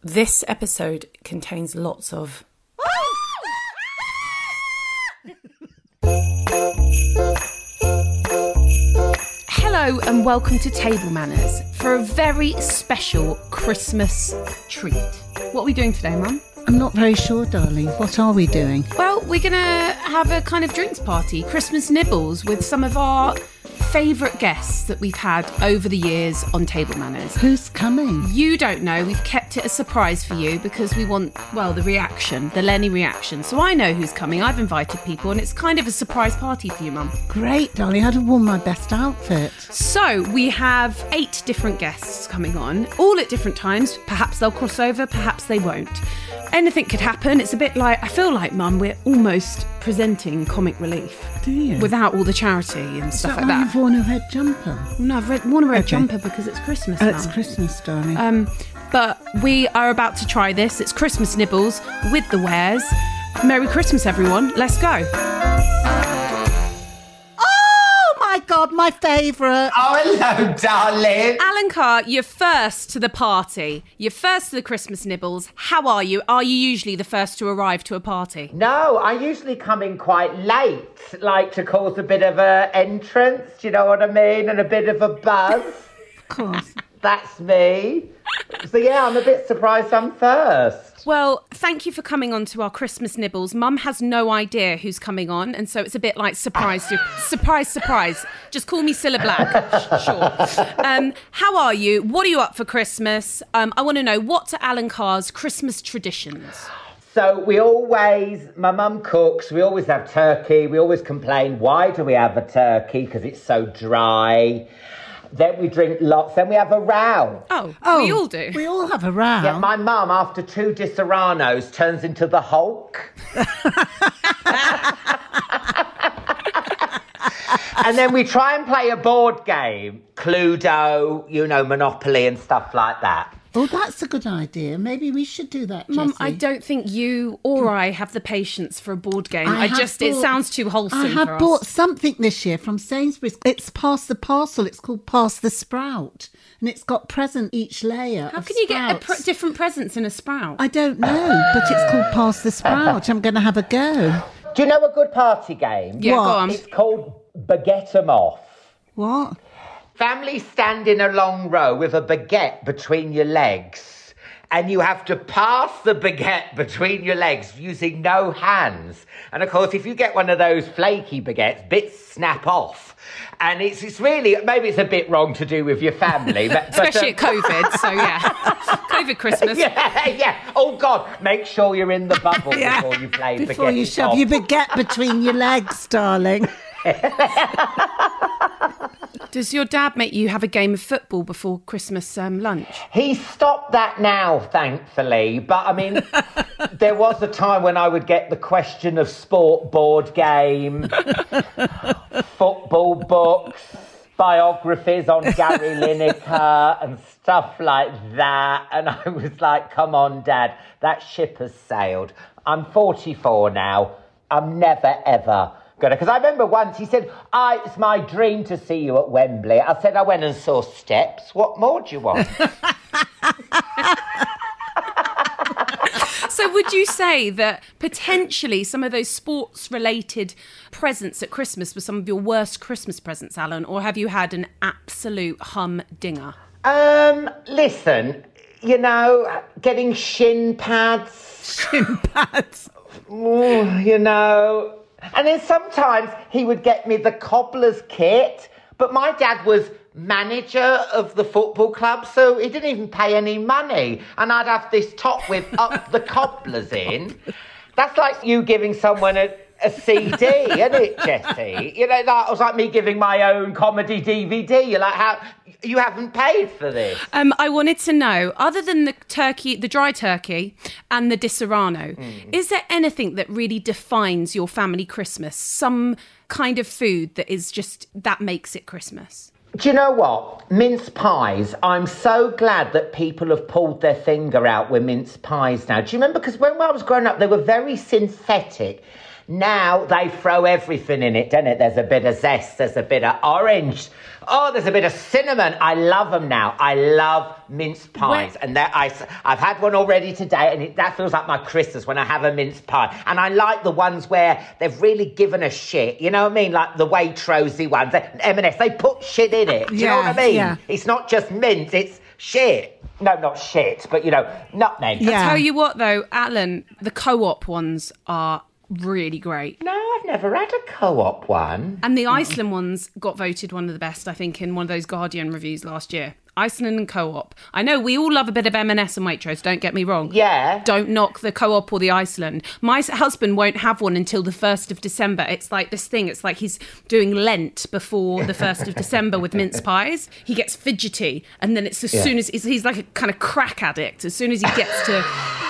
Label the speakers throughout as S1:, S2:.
S1: this episode contains lots of.
S2: Hello and welcome to Table Manners for a very special Christmas treat. What are we doing today, Mum?
S3: I'm not very sure, darling. What are we doing?
S2: Well, we're going to have a kind of drinks party, Christmas nibbles, with some of our favourite guests that we've had over the years on Table Manners.
S3: Who's coming?
S2: You don't know, we've kept it a surprise for you because we want, well, the reaction, the Lenny reaction. So I know who's coming, I've invited people, and it's kind of a surprise party for you, Mum.
S3: Great, darling. I'd have worn my best outfit.
S2: So we have eight different guests coming on, all at different times. Perhaps they'll cross over, perhaps they won't. Anything could happen. It's a bit like I feel like, Mum, we're almost presenting comic relief
S3: Do you?
S2: without all the charity and
S3: Is
S2: stuff
S3: that
S2: like that.
S3: why You've worn a red jumper.
S2: no, I've read, worn a red
S3: Okay.
S2: jumper because it's Christmas.
S3: Oh,
S2: now.
S3: it's Christmas, darling.
S2: Um, but we are about to try this. It's Christmas nibbles with the wares. Merry Christmas, everyone. Let's go.
S3: oh my God, my favourite.
S2: Oh, Alan Carr, you're first to the party. You're first to the Christmas nibbles. How are you? Are you usually the first to arrive to a party?
S4: No, I usually come in quite late, like to cause a bit of a entrance, do you know what I mean? And a bit of a buzz.
S3: Of course.
S4: That's me. So yeah, I'm a bit surprised I'm first.
S2: Well, thank you for coming on to our Christmas nibbles. Mum has no idea who's coming on, and so it's a bit like surprise, su- surprise, surprise. Just call me Cilla Black. Sure. Um, how are you? What are you up for Christmas? Um, I want to know what are Alan Carr's Christmas traditions?
S4: So we always, my mum cooks, we always have turkey. We always complain, why do we have a turkey? Because it's so dry. Then we drink lots, then we have a row.
S2: Oh, we all do.
S3: We all have a row.
S4: Yeah, my mum, after two Di Serranos, turns into the Hulk. and then we try and play a board game Cluedo, you know, Monopoly and stuff like that.
S3: oh, that's a good idea. Maybe we should do that,
S2: Mum,
S3: Jessie.
S2: I don't think you or I have the patience for a board game. I,
S3: have
S2: just, it
S3: bought-
S2: sounds too wholesome
S3: I have
S2: for
S3: bought
S2: us.
S3: something this year from Sainsbury's. It's Pass the Parcel. It's called Pass the Sprout. And it's got present each layer.
S2: How
S3: of
S2: can you get a
S3: sprouts.
S2: pr- different presents in a sprout?
S3: I don't know, but it's called Pass the Sprout. I'm going to have a go.
S4: Do you know a good party game?
S2: yeah,
S3: What?
S2: go on.
S4: It's called Baguette 'em Off.
S3: What?
S4: Family stand in a long row with a baguette between your legs. And you have to pass the baguette between your legs using no hands. And of course, if you get one of those flaky baguettes, bits snap off. And it's, it's really, maybe it's a bit wrong to do with your family. But, but,
S2: Especially
S4: um,
S2: at COVID, so yeah. COVID Christmas.
S4: yeah, yeah. Oh, God. Make sure you're in the bubble before you play
S3: Before Oh,
S4: baguette
S3: you
S4: it
S3: shove
S4: off.
S3: your baguette between your legs, darling.
S2: Does your dad make you have a game of football before Christmas um, lunch?
S4: He stopped that now, thankfully. But I mean, there was a time when I would get the question of sport board game, football books, biographies on Gary Lineker, and stuff like that. And I was like, come on, Dad, that ship has sailed. I'm 44 now. I'm never, ever. gonna." Because I remember once he said, I, It's my dream to see you at Wembley. I said, I went and saw Steps. What more do you want?
S2: So, would you say that potentially some of those sports related presents at Christmas were some of your worst Christmas presents, Alan, or have you had an absolute humdinger?
S4: Um, listen, you know, getting shin pads,
S3: Shin pads.
S4: ooh, you know. And then sometimes he would get me the cobbler's kit, but my dad was manager of the football club, so he didn't even pay any money. And I'd have this top with up the cobblers in. That's like you giving someone a, a CD, isn't it, Jesse? You know, that was like me giving my own comedy DVD. You're like, how you haven't paid for this.
S2: Um, I wanted to know, other than the turkey, the dry turkey, and the Disaronno, is there anything that really defines your family Christmas? Some kind of food that is just that makes it Christmas?
S4: Do you know what? Mince pies. I'm so glad that people have pulled their finger out with mince pies now. Do you remember? Because when I was growing up, they were very synthetic. Now they throw everything in it, don't it? There's a bit of zest, there's a bit of orange, oh, there's a bit of cinnamon. I love them now. I love mince pies. And they're- I, have had one already today, and it, that feels like my Christmas when I have a mince pie. And I like the ones where they've really given a shit. You know what I mean? Like the Waitrosey ones, M&S. They put shit in it. Do you know what I
S3: Yeah,
S4: mean?
S3: yeah.
S4: It's not just mince, it's shit. No, not shit, but you know, nutmeg.
S3: Yeah.
S2: Tell you what, though, Alan, the co op ones are really great.
S4: No, I've never had a co-op one.
S2: And the Iceland ones got voted one of the best, I think, in one of those Guardian reviews last year. Iceland and co-op. I know we all love a bit of M&S and Waitrose. Don't get me wrong.
S4: Yeah.
S2: Don't knock the co-op or the Iceland. My s- husband won't have one until the first of December. It's like this thing. It's like he's doing Lent before the first of December with mince pies. He gets fidgety, and then it's as soon as he's, he's like a kind of crack addict. As soon as he gets to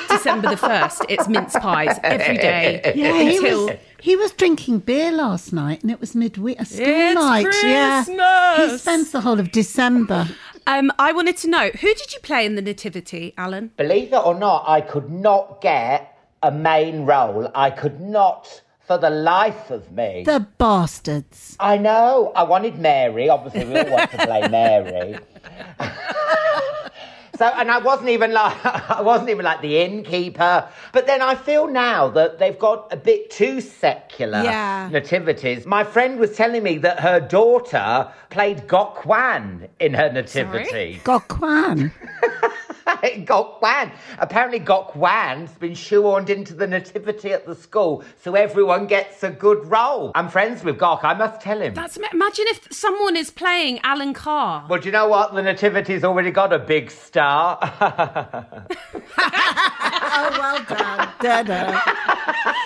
S2: December the first, it's mince pies every day
S3: Yeah, he
S2: until.
S3: was, he was drinking beer last night and it was midweek. A school
S2: It's
S3: night. Yeah. He
S2: Christmas.
S3: spends the whole of December.
S2: Um, I wanted to know who did you play in the Nativity, Alan?
S4: Believe it or not, I could not get a main role. I could not, for the life of me.
S3: The bastards.
S4: I know. I wanted Mary. Obviously, we all want to play Mary. so, and I wasn't even like I wasn't even like the innkeeper. But then I feel now that they've got a bit too secular
S3: Yeah.
S4: nativities. My friend was telling me that her daughter played Gokwan in her nativity.
S3: Gokwan.
S4: Gokwan. Apparently, Gokwan's been shoehorned into the nativity at the school, so everyone gets a good role. I'm friends with Gok. I must tell him.
S2: That's imagine if someone is playing Alan Carr.
S4: Well, do you know what? The Nativity's already got a big star.
S3: oh, well done. Da-da.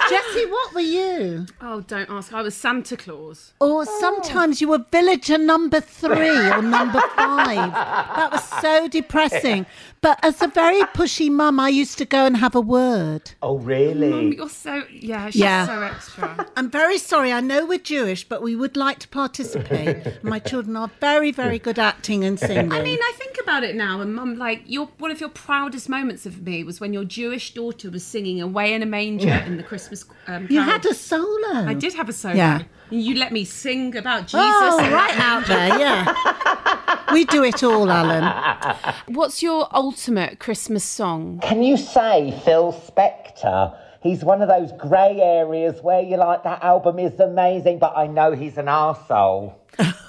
S3: Jesse, what were you?
S2: Oh, don't ask. I was Santa Claus.
S3: Or sometimes you were villager number three or number five. That was so depressing. But as a very pushy mum, I used to go and have a word.
S4: oh, really?
S2: You're so yeah, she's
S3: Yeah.
S2: so extra.
S3: I'm very sorry. I know we're Jewish, but we would like to participate. My children are very, very good acting and singing.
S2: I mean, I think about it now, and Mum, like your one of your proudest moments of me was when your Jewish daughter was singing "Away in a Manger" in the Christmas. Um,
S3: you
S2: carol.
S3: had a solo.
S2: I did have a solo.
S3: Yeah.
S2: You let me sing about Jesus.
S3: Oh, right out there, yeah. We do it all, Alan.
S2: What's your ultimate Christmas song?
S4: Can you say Phil Spector? He's one of those grey areas where you're like, that album is amazing, but I know he's an arsehole.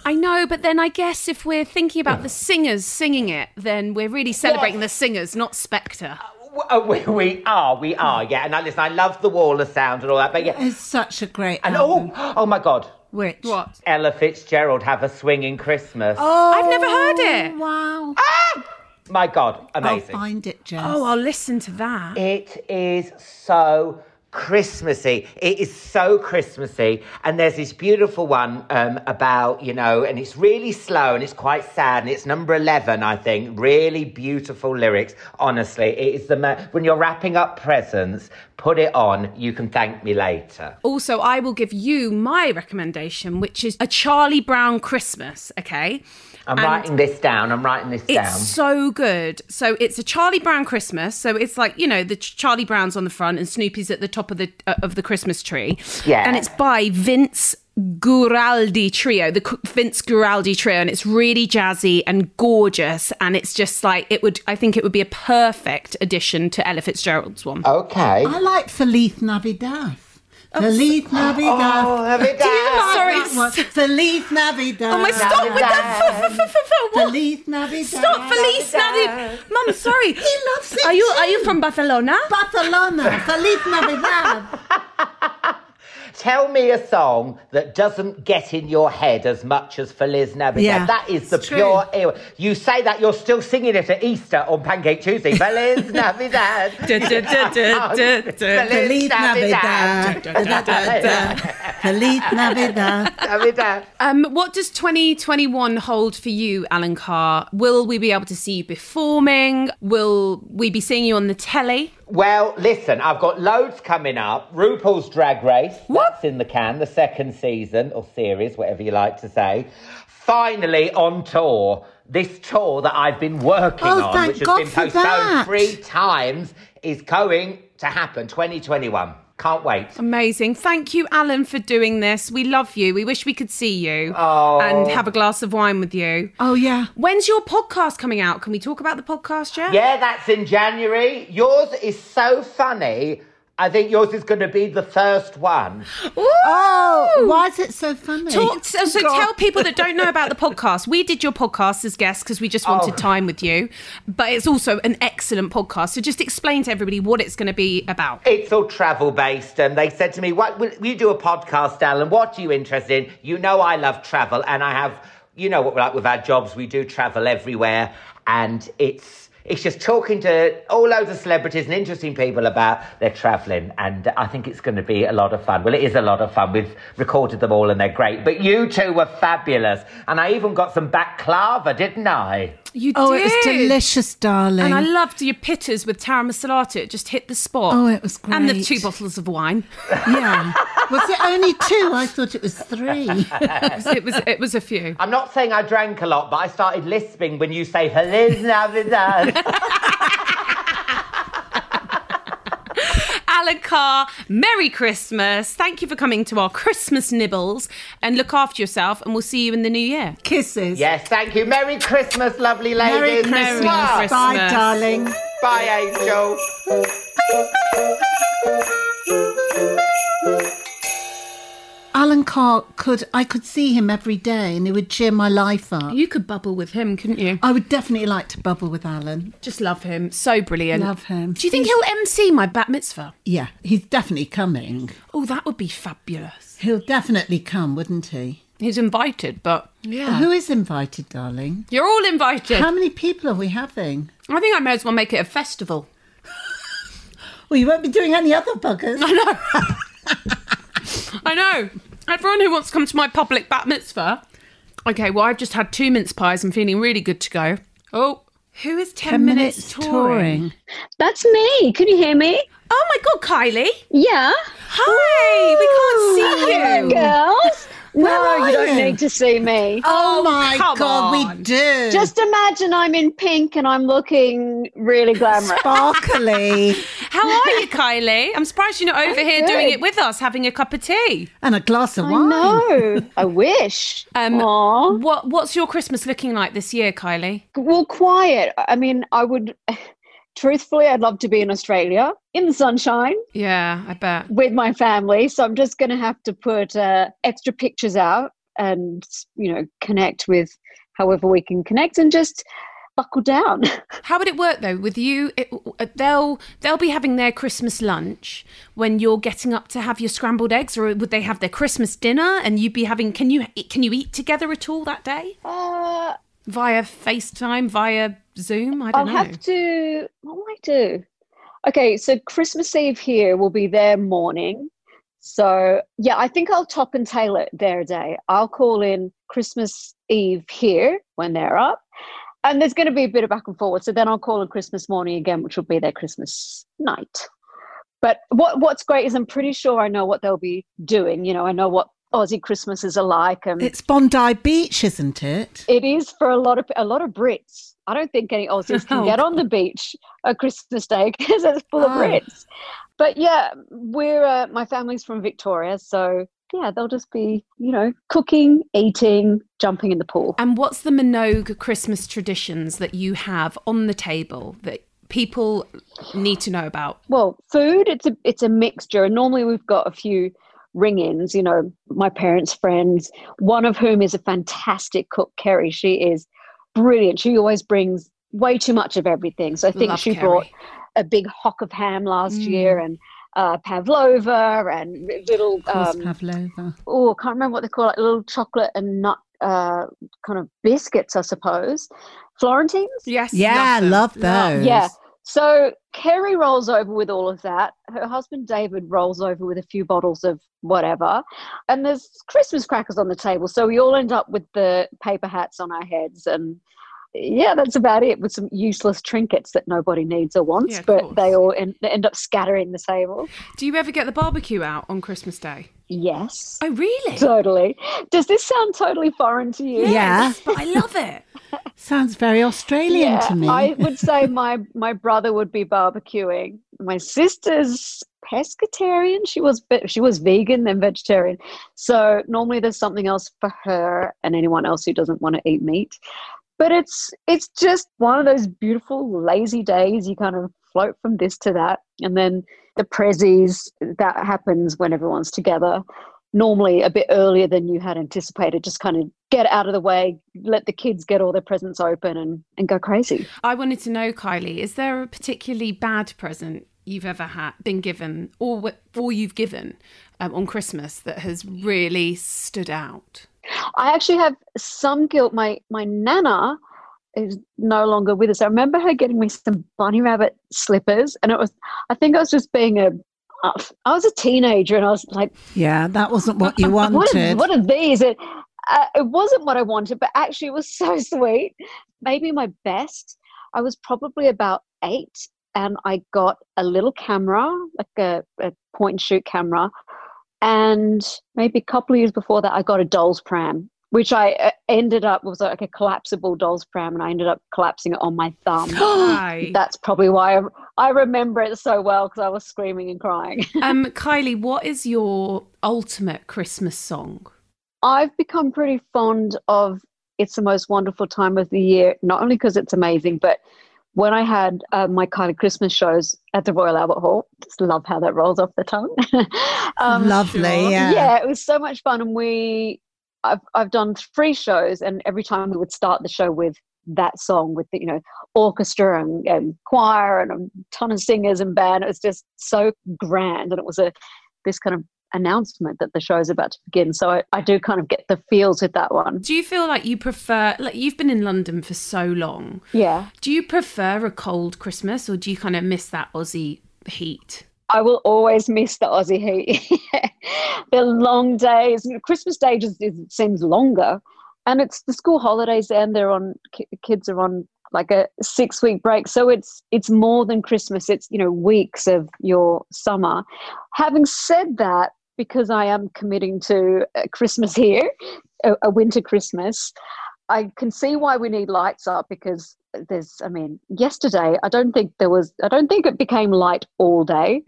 S2: I know, but then I guess if we're thinking about the singers singing it, then we're really celebrating the singers, not Spectre.
S4: W- uh, We, we are, we are, yeah. And I listen, I love the wall of sound and all that, but yeah.
S3: It's such a great
S4: And
S3: album.
S4: oh, oh my God,
S3: Which?
S2: What?
S4: Ella Fitzgerald have a swinging Christmas.
S3: Oh,
S2: I've never heard it. Ah!
S3: Wow.
S4: My God,
S3: I'll
S4: amazing.
S3: find it, Jess.
S2: Oh, I'll listen to that.
S4: It is so Christmassy. It is so Christmassy. And there's this beautiful one um, about, you know, and it's really slow and it's quite sad. And it's number 11, I think. Really beautiful lyrics. Honestly, it is the ma- when you're wrapping up presents, put it on. You can thank me later.
S2: Also, I will give you my recommendation, which is A Charlie Brown Christmas, okay?
S4: I'm writing this down. I'm writing this
S2: It's
S4: down.
S2: so good. So it's a Charlie Brown Christmas. So it's like you know the Ch- Charlie Brown's on the front and Snoopy's at the top of the uh, of the Christmas tree.
S4: Yeah.
S2: and it's by Vince Guaraldi Trio, the C- Vince Guaraldi Trio, and it's really jazzy and gorgeous. And it's just like it would. I think it would be a perfect addition to Ella Fitzgerald's one.
S4: Okay.
S3: I like Feliz Navidad.
S2: Oh,
S3: Feliz Navidad.
S4: Oh, have it down.
S2: sorry.
S3: That one. Feliz Navidad.
S2: Oh my! Stop with that. F- f- f- f- what?
S3: Feliz Navidad.
S2: Stop, Feliz Navidad. Mum, sorry.
S3: He loves it
S2: Are you
S3: too.
S2: are you from Barcelona?
S3: Barcelona. Feliz Navidad.
S4: Tell me a song that doesn't get in your head as much as Feliz Navidad.
S3: Yeah,
S4: that is the
S3: it's true.
S4: pure era. You say that you're still singing it at Easter on Pancake Tuesday. Feliz Navidad. Oh,
S2: Du- du- du- du- du- du.
S3: Feliz Navidad. Da, da, da, da. Feliz Navidad.
S4: Navidad.
S2: Um, what does 2021 hold for you, Alan Carr? Will we be able to see you performing? Will we be seeing you on the telly?
S4: Well, listen, I've got loads coming up. RuPaul's Drag Race, that's in the can, the second season or series, whatever you like to say. Finally on tour. This tour that I've been working
S3: Oh,
S4: on,
S3: thank
S4: which has
S3: God
S4: been
S3: for
S4: postponed
S3: that.
S4: three times, is going to happen 2021. Can't wait.
S2: Amazing. Thank you, Alan, for doing this. We love you. We wish we could see you and have a glass of wine with you.
S3: Oh, yeah.
S2: When's your podcast coming out? Can we talk about the podcast yet?
S4: Yeah, that's in January. Yours is so funny. I think yours is going to be the first one.
S3: Oh, why is it so funny?
S2: Talk so, so tell people that don't know about the podcast. We did your podcast as guests because we just wanted time with you, but it's also an excellent podcast. So just explain to everybody what it's going to be about.
S4: It's all travel based, and they said to me, "What will you do a podcast, Alan? What are you interested in? You know, I love travel, and I have, you know, what we're like with our jobs, we do travel everywhere, and it's." It's just talking to all loads of celebrities and interesting people about their travelling, and I think it's going to be a lot of fun. Well, it is a lot of fun. We've recorded them all, and they're great. But you two were fabulous, and I even got some baklava, didn't I?
S2: You
S3: oh,
S2: did.
S3: it was delicious, darling.
S2: And I loved your pitters with taramasalata. It just hit the spot.
S3: Oh, it was
S2: And the
S3: great.
S2: two bottles of wine.
S3: yeah. Was it only two? I thought it was three.
S2: it was it was a few.
S4: I'm not saying I drank a lot, but I started lisping when you say Feliz Navidad.
S2: Alan Carr, Merry Christmas. Thank you for coming to our Christmas nibbles and look after yourself and we'll see you in the new year.
S3: Kisses.
S4: Yes, thank you. Merry Christmas, lovely
S3: Merry
S4: ladies.
S3: Christmas.
S2: Merry
S3: Bye,
S2: Christmas.
S3: darling.
S4: Bye, Angel.
S3: Alan Carr could, I could see him every day and he would cheer my life up.
S2: You could bubble with him, couldn't you?
S3: I would definitely like to bubble with Alan.
S2: Just love him. So brilliant.
S3: Love him.
S2: Do you think he'll MC my bat mitzvah?
S3: Yeah, he's definitely coming.
S2: Oh, that would be fabulous.
S3: He'll definitely come, wouldn't he?
S2: He's invited, but yeah.
S3: Who is invited, darling?
S2: You're all invited.
S3: How many people are we having?
S2: I think I may as well make it a festival.
S3: Well, you won't be doing any other buggers.
S2: I know. Everyone who wants to come to my public bat mitzvah. Okay, well, I've just had two mince pies. I'm feeling really good to go. Oh, who is 10, minutes, touring?
S5: That's me. Can you hear me?
S2: Oh my God, Kylie.
S5: Yeah.
S2: Hi, we can't see you.
S5: Girls? no,
S3: are
S5: you don't
S3: you?
S5: need to see me.
S3: Oh, my
S2: come
S3: God,
S2: on.
S3: we do.
S5: Just imagine I'm in pink and I'm looking really glamorous.
S3: sparkly
S2: How are you, Kylie? I'm surprised you're not over here doing
S5: good.
S2: it with us, having a cup of tea.
S3: and a glass of
S5: I
S3: wine.
S5: know. I wish.
S2: Um,
S5: Aw.
S2: What What's your Christmas looking like this year, Kylie?
S5: Well, quiet. I mean, I would, truthfully, I'd love to be in Australia in the sunshine
S2: Yeah, I bet.
S5: with my family. So I'm just going to have to put uh, extra pictures out and, you know, connect with however we can connect and just buckle down.
S2: How would it work though with you? It, uh, they'll they'll be having their Christmas lunch when you're getting up to have your scrambled eggs, or would they have their Christmas dinner and you'd be having? Can you e, can you eat together at all that day
S5: Uh,
S2: via FaceTime, via Zoom? Mm, I
S5: I'll
S2: don't know.
S5: have to. What will I do? Okay, so Christmas Eve here will be their morning. So yeah, I think I'll top and tail it their day. I'll call in Christmas Eve here when they're up, and there's going to be a bit of back and forward. So then I'll call in Christmas morning again, which will be their Christmas night. But what what's great is I'm pretty sure I know what they'll be doing. You know, I know what Aussie Christmases are like. And
S3: It's Bondi Beach, isn't it?
S5: It is for a lot of a lot of Brits. I don't think any Aussies can
S1: Oh,
S5: get on the beach on Christmas Day because it's full of
S3: Oh.
S5: Brits. But yeah, we're uh, my family's from Victoria, so yeah, they'll just be you know cooking, eating, jumping in the pool.
S2: And what's the Minogue Christmas traditions that you have on the table that people need to know about?
S5: Well, food it's a it's a mixture. And normally we've got a few ring-ins. You know, my parents' friends, one of whom is a fantastic cook, Kerry. She is brilliant. She always brings way too much of everything. So I think
S2: Love
S5: she
S2: Kerry.
S5: brought a big hock of ham last
S3: Mm.
S5: year and uh, pavlova and little
S3: Of course,
S5: um,
S3: Pavlova.
S5: oh, I can't remember what they call it, little chocolate and nut uh, kind of biscuits, I suppose. Florentines.
S2: Yes.
S3: Yeah,
S2: them.
S3: love those.
S5: Yeah. So Kerry rolls over with all of that. Her husband David rolls over with a few bottles of whatever. And there's Christmas crackers on the table. So we all end up with the paper hats on our heads. And yeah, that's about it with some useless trinkets that nobody needs or wants.
S2: Yeah, of
S5: but
S2: course.
S5: they all end, they end up scattering the table.
S2: Do you ever get the barbecue out on Christmas Day?
S5: Yes.
S2: Oh, really?
S5: Totally. Does this sound totally foreign to you?
S3: Yeah.
S2: But I love it.
S3: Sounds very Australian to me.
S5: I would say my my brother would be barbecuing. My sister's pescatarian. She was ve- she was vegan then vegetarian. So normally there's something else for her and anyone else who doesn't want to eat meat. But it's it's just one of those beautiful lazy days. You kind of float from this to that, and then the prezzies that happens when everyone's together. Normally, a bit earlier than you had anticipated, just kind of get out of the way, let the kids get all their presents open and, and go crazy.
S2: I wanted to know, Kylie, is there a particularly bad present you've ever had been given, or wh- or you've given um, on Christmas that has really stood out?
S5: I actually have some guilt. My my nana is no longer with us. I remember her getting me some bunny rabbit slippers, and it was I think I was just being a I was a teenager, and I was like,
S3: yeah, that wasn't what you wanted.
S5: what are, what are these? It, uh, it wasn't what I wanted, but actually, it was so sweet. Maybe my best. I was probably about eight, and I got a little camera, like a, a point and shoot camera. And maybe a couple of years before that, I got a doll's pram, which I uh, ended up was like a collapsible doll's pram, and I ended up collapsing it on my thumb.
S2: Hi.
S5: That's probably why I, I remember it so well because I was screaming and crying.
S2: um, Kylie, what is your ultimate Christmas song?
S5: I've become pretty fond of It's the Most Wonderful Time of the Year, not only because it's amazing, but when I had uh, my Kylie Christmas shows at the Royal Albert Hall, just love how that rolls off the tongue. um,
S3: Lovely,
S2: sure.
S3: yeah.
S5: it was so much fun. And we, I've, I've done three shows, and every time we would start the show with that song with the, you know, orchestra and, and choir and a ton of singers and band. It was just so grand. And it was a, this kind of announcement that the show is about to begin. So I, I do kind of get the feels with that one.
S2: Do you feel like you prefer, like you've been in London for so long?
S5: Yeah.
S2: Do you prefer a cold Christmas, or do you kind of miss that Aussie heat?
S5: I will always miss the Aussie heat. the long days. Christmas Day just is, seems longer. And it's the school holidays and they're on, ki- kids are on like a six week break. So it's, it's more than Christmas. It's, you know, weeks of your summer. Having said that, because I am committing to uh, Christmas here, a, a winter Christmas, I can see why we need lights up because there's, I mean, yesterday, I don't think there was, I don't think it became light all day.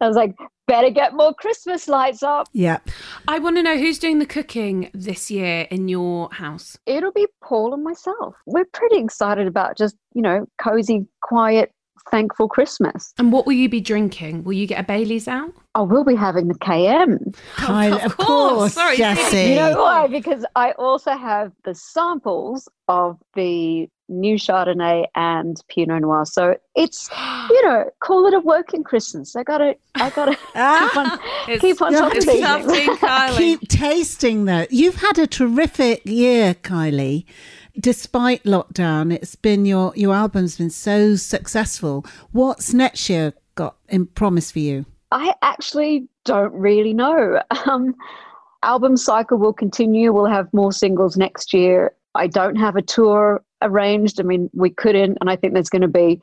S5: I was like, better get more Christmas lights up.
S3: Yep.
S2: I want to know who's doing the cooking this year in your house.
S5: It'll be Paul and myself. We're pretty excited about just, you know, cozy, quiet, thankful Christmas.
S2: And what will you be drinking? Will you get a Bailey's out?
S5: I will be having the KM.
S3: Kylie,
S2: of course. Sorry,
S3: Jessie.
S5: You know why? Because I also have the samples of the new Chardonnay and Pinot Noir. So it's, you know, call it a working Christmas. I got to, I got to keep on,
S2: It's-
S5: keep on top of
S2: It's
S5: these things.
S2: lovely, Kylie.
S3: Keep tasting though. You've had a terrific year, Kylie. Despite lockdown, it's been your your album's been so successful. What's next year got in promise for you?
S5: I actually don't really know. Um, album cycle will continue. We'll have more singles next year. I don't have a tour arranged. I mean, we couldn't, and I think there's going to be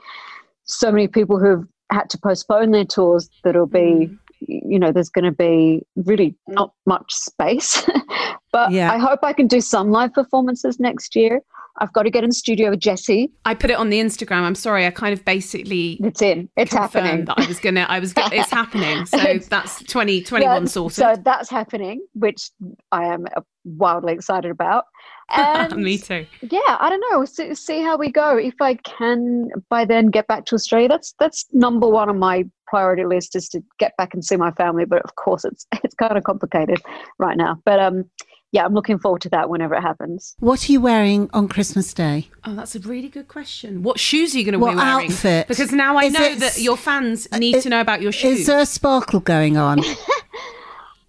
S5: so many people who've had to postpone their tours that'll be you know, there's going to be really not much space. but
S3: Yeah.
S5: I hope I can do some live performances next year. I've got to get in studio with Jesse.
S2: I put it on the Instagram. I'm sorry. I kind of basically
S5: It's in. It's
S2: confirmed
S5: happening.
S2: that I was gonna. I was. go- It's happening. So that's 2021
S5: Yeah,
S2: sorted.
S5: So that's happening, which I am uh, wildly excited about. And
S2: Me too.
S5: yeah, I don't know. See, see how we go. If I can by then get back to Australia, that's that's number one on my priority list is to get back and see my family. But of course, it's it's kind of complicated right now. But um, yeah, I'm looking forward to that whenever it happens.
S3: What are you wearing on Christmas Day?
S2: Oh, that's a really good question. What shoes are you going to
S3: What
S2: be wearing?
S3: outfit?
S2: Because now I
S3: Is
S2: know
S3: it-
S2: that your fans need
S3: Is-
S2: to know about your shoes.
S3: Is there a sparkle going on?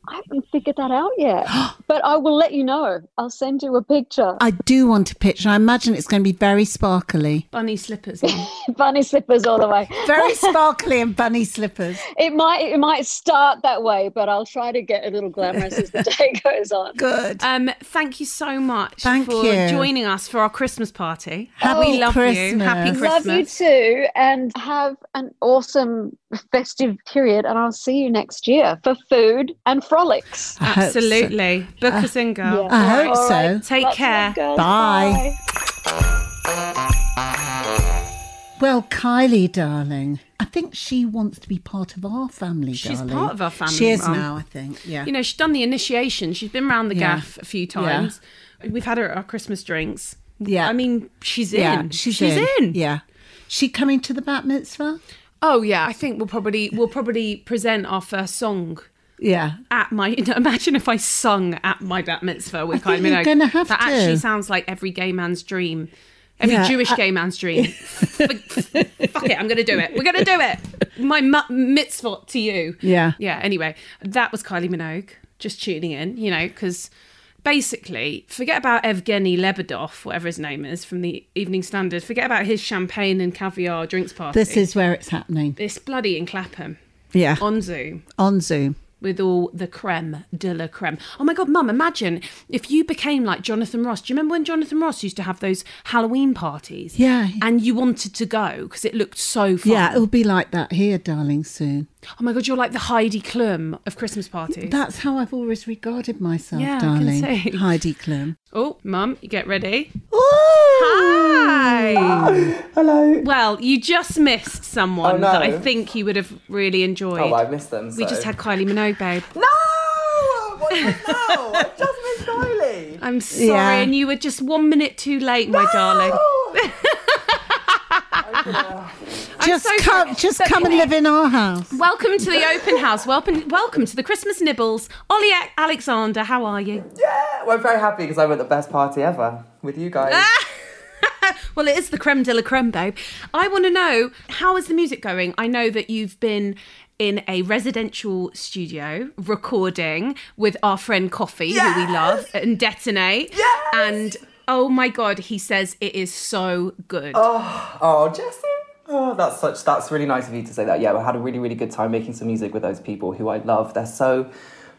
S5: I haven't figured that out yet, but I will let you know. I'll send you a picture.
S3: I do want a picture. I imagine it's going to be very sparkly.
S2: Bunny slippers. on.
S5: Bunny slippers all the way.
S3: Very sparkly and bunny slippers.
S5: It might it might start that way, but I'll try to get a little glamorous as the day goes on.
S3: Good.
S2: um, thank you so much
S3: Thank
S2: for
S3: you.
S2: joining us for our Christmas party.
S3: Happy
S2: we love you.
S3: Christmas.
S2: Happy Christmas.
S5: Oh, Love you too, and have an awesome festive period. And I'll see you next year for food and frolics.
S3: I hope so. Uh,
S2: Absolutely. Book us in, girl.
S3: I hope
S5: All right.
S3: so.
S2: Take
S5: Lots of
S2: care.
S5: love, girls.
S3: Bye. Well, Kylie, darling, I think she wants to be part of our family.
S2: She's
S3: darling.
S2: part of our family,
S3: She is
S2: Mum.
S3: now, I think. Yeah.
S2: You know, she's done the initiation. She's been round the
S3: Yeah.
S2: gaff a few times. We've had her at our Christmas drinks.
S3: Yeah.
S2: I mean, she's in.
S3: yeah, she's, in. Yeah. She coming to the bat mitzvah?
S2: Oh yeah, I think we'll probably we'll probably present our first song
S3: Yeah.
S2: at my. you know, imagine if I sung at my bat mitzvah with
S3: I think
S2: Kylie
S3: you're
S2: Minogue.
S3: gonna have
S2: that
S3: to.
S2: actually sounds like every gay man's dream, every
S3: Yeah, uh,
S2: Jewish
S3: I-
S2: gay man's dream. F- Fuck it, I'm gonna do it. We're gonna do it. My mu- mitzvah to you.
S3: Yeah.
S2: Yeah. Anyway, that was Kylie Minogue. Just tuning in, you know, because basically, forget about Evgeny Lebedov, whatever his name is from the Evening Standard. Forget about his champagne and caviar drinks party.
S3: This is where it's happening.
S2: It's bloody in Clapham
S3: Yeah. On,
S2: on Zoom
S3: Zoom.
S2: with all the creme de la creme. Oh my God, mum, imagine if you became like Jonathan Ross. Do you remember when Jonathan Ross used to have those Halloween parties?
S3: Yeah.
S2: And you wanted to go because it looked so fun.
S3: Yeah, it'll be like that here, darling, soon.
S2: Oh my God, you're like the Heidi Klum of Christmas parties.
S3: That's how I've always regarded myself,
S2: Yeah, I can
S3: darling.
S2: see.
S3: Heidi Klum.
S2: oh, mum, you get ready.
S3: Hi.
S2: Hi.
S6: Hello.
S2: Well, you just missed someone
S6: Oh, no.
S2: that I think you would have really enjoyed.
S6: Oh, I missed them.
S2: we
S6: so-
S2: just had Kylie Minogue, babe.
S6: No! What the hell? I just missed Kylie.
S2: I'm sorry,
S3: Yeah.
S2: and you were just one minute too late, my darling.
S3: Just
S2: so
S3: come,
S2: sorry.
S3: just come and live in our house.
S2: Welcome to the open house. Welcome, welcome to the Christmas nibbles. Ollie A- Alexander, how are you?
S6: Yeah, we're very happy because I went to the best party ever with you guys.
S2: Well, it is the creme de la creme, babe. I want to know how is the music going. I know that you've been in a residential studio recording with our friend Coffee, who we love, and Detonate.
S6: Yes!
S2: And oh my God, he says it is so good.
S6: Oh, Jesse. Oh, that's such. That's really nice of you to say that. Yeah, I had a really, really good time making some music with those people who I love. They're so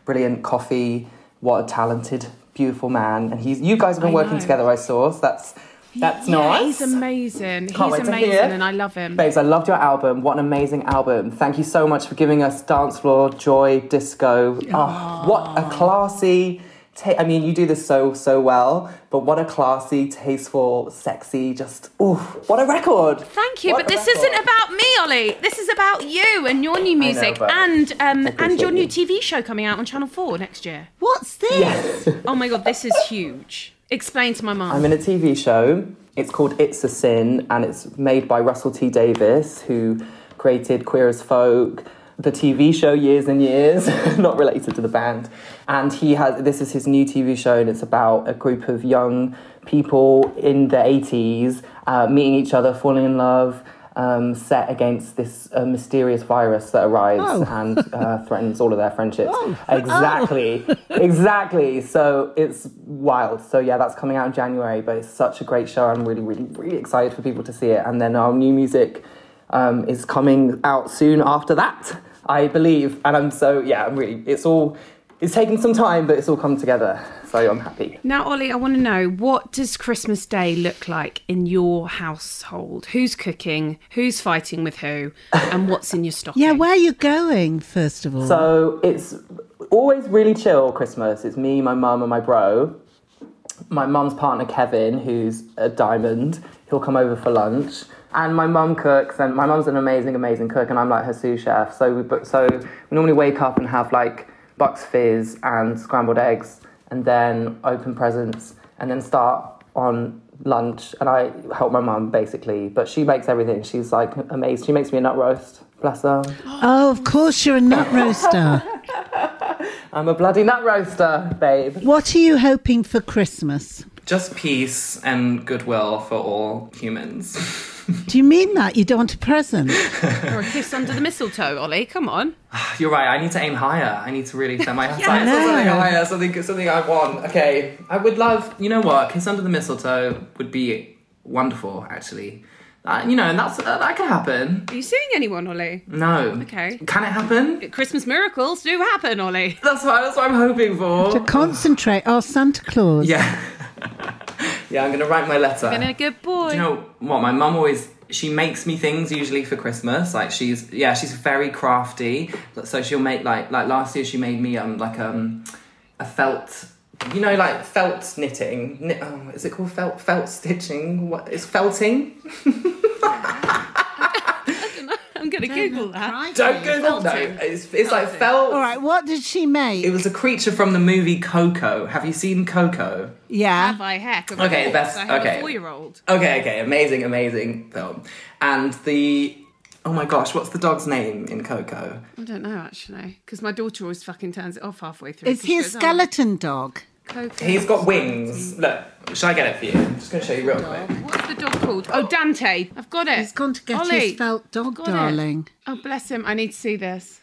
S6: brilliant. Coffee, what a talented, beautiful man. And he's. You guys have been
S2: I
S6: working
S2: know.
S6: together. I saw. So that's. That's
S2: Yeah,
S6: nice.
S2: He's amazing.
S6: Can't
S2: he's
S6: wait to
S2: amazing,
S6: hear.
S2: and I love him.
S6: Babes, I loved your album. What an amazing album. Thank you so much for giving us dance floor, joy, disco. Oh, what a classy. Ta- I mean, you do this so, so well, but what a classy, tasteful, sexy, just, ooh, what a record.
S2: Thank you,
S6: What
S2: but
S6: a
S2: this
S6: record.
S2: isn't about me, Ollie. This is about you and your new music
S6: but
S2: and um,
S6: I
S2: and
S6: appreciate
S2: your new
S6: you.
S2: TV show coming out on Channel Four next year.
S3: What's this?
S2: Oh my god, this is huge. Explain to my mum.
S6: I'm in a TV show. It's called It's a Sin, and it's made by Russell T Davis, who created Queer as Folk, the TV show Years and Years, not related to the band. And he has this is his new TV show, and it's about a group of young people in the 80s uh, meeting each other, falling in love. Um, set against this uh, mysterious virus that arrives
S3: Oh.
S6: and uh, threatens all of their friendships. Exactly, exactly. So it's wild. So yeah, that's coming out in January, but it's such a great show. I'm really, really, really excited for people to see it. And then our new music um, is coming out soon after that, I believe. And I'm so yeah, I'm really. It's all. it's taken some time, but it's all come together. So I'm happy.
S2: Now, Ollie, I want to know what does Christmas Day look like in your household? Who's cooking? Who's fighting with who? And what's in your stocking?
S3: Yeah, where are you going, first of all?
S6: So it's always really chill Christmas. It's me, my mum, and my bro. My mum's partner, Kevin, who's a diamond, he'll come over for lunch. And my mum cooks, and my mum's an amazing, amazing cook, and I'm like her sous chef. So we, but, so we normally wake up and have like Bucks Fizz and scrambled eggs, and then open presents, and then start on lunch. And I help my mum basically, but she makes everything. She's like amazed. She makes me a nut roast. Bless her.
S3: oh, of course, you're a nut roaster.
S6: I'm a bloody nut roaster, babe.
S3: what are you hoping for Christmas?
S6: Just peace and goodwill for all humans.
S3: Do you mean that? You don't want a present?
S2: Or a kiss under the mistletoe, Ollie? Come on.
S6: You're right. I need to aim higher. I need to really set my sights on
S3: I know.
S6: something higher, something something I want. Okay, I would love. You know what? Kiss under the mistletoe would be wonderful, actually. Uh, you know, and that's uh, that could happen.
S2: Are you seeing anyone, Ollie?
S6: No.
S2: Okay.
S6: Can it happen?
S2: Christmas miracles do happen, Ollie.
S6: That's what that's what I'm
S3: to
S6: hoping for.
S3: concentrate. Oh, Santa Claus.
S6: Yeah. yeah. I'm gonna write my letter.
S2: Been a good boy.
S6: Do you know what? My mum always she makes me things usually for Christmas. Like she's yeah, she's very crafty. So she'll make like like last year she made me um like um a felt. You know, like felt knitting. Kni- oh, is it called felt felt stitching? What is felting?
S2: I'm going to Google that.
S6: Don't Google. No, it's, it's like felt.
S3: All right, what did she make?
S6: It was a creature from the movie Coco. Have you seen Coco?
S3: yeah.
S2: Have I heck? of
S6: Okay,
S2: course.
S6: that's-
S2: I have
S6: okay.
S2: a four-year-old.
S6: Okay, okay, amazing, amazing film. And the oh my gosh, what's the dog's name in Coco?
S2: I don't know actually, because my daughter always fucking turns it off halfway through.
S3: Is
S2: 'cause
S3: he
S2: she
S3: a
S2: goes, "Oh,
S3: skeleton dog?
S2: Coco."
S6: He's got wings. Look, shall I get it for you? I'm just gonna show you real quick.
S2: What's the dog called? Oh, Dante. I've got it.
S3: He's gone to get
S2: Ollie.
S3: his felt dog,
S2: Got it.
S3: darling.
S2: Oh, bless him. I need to see this.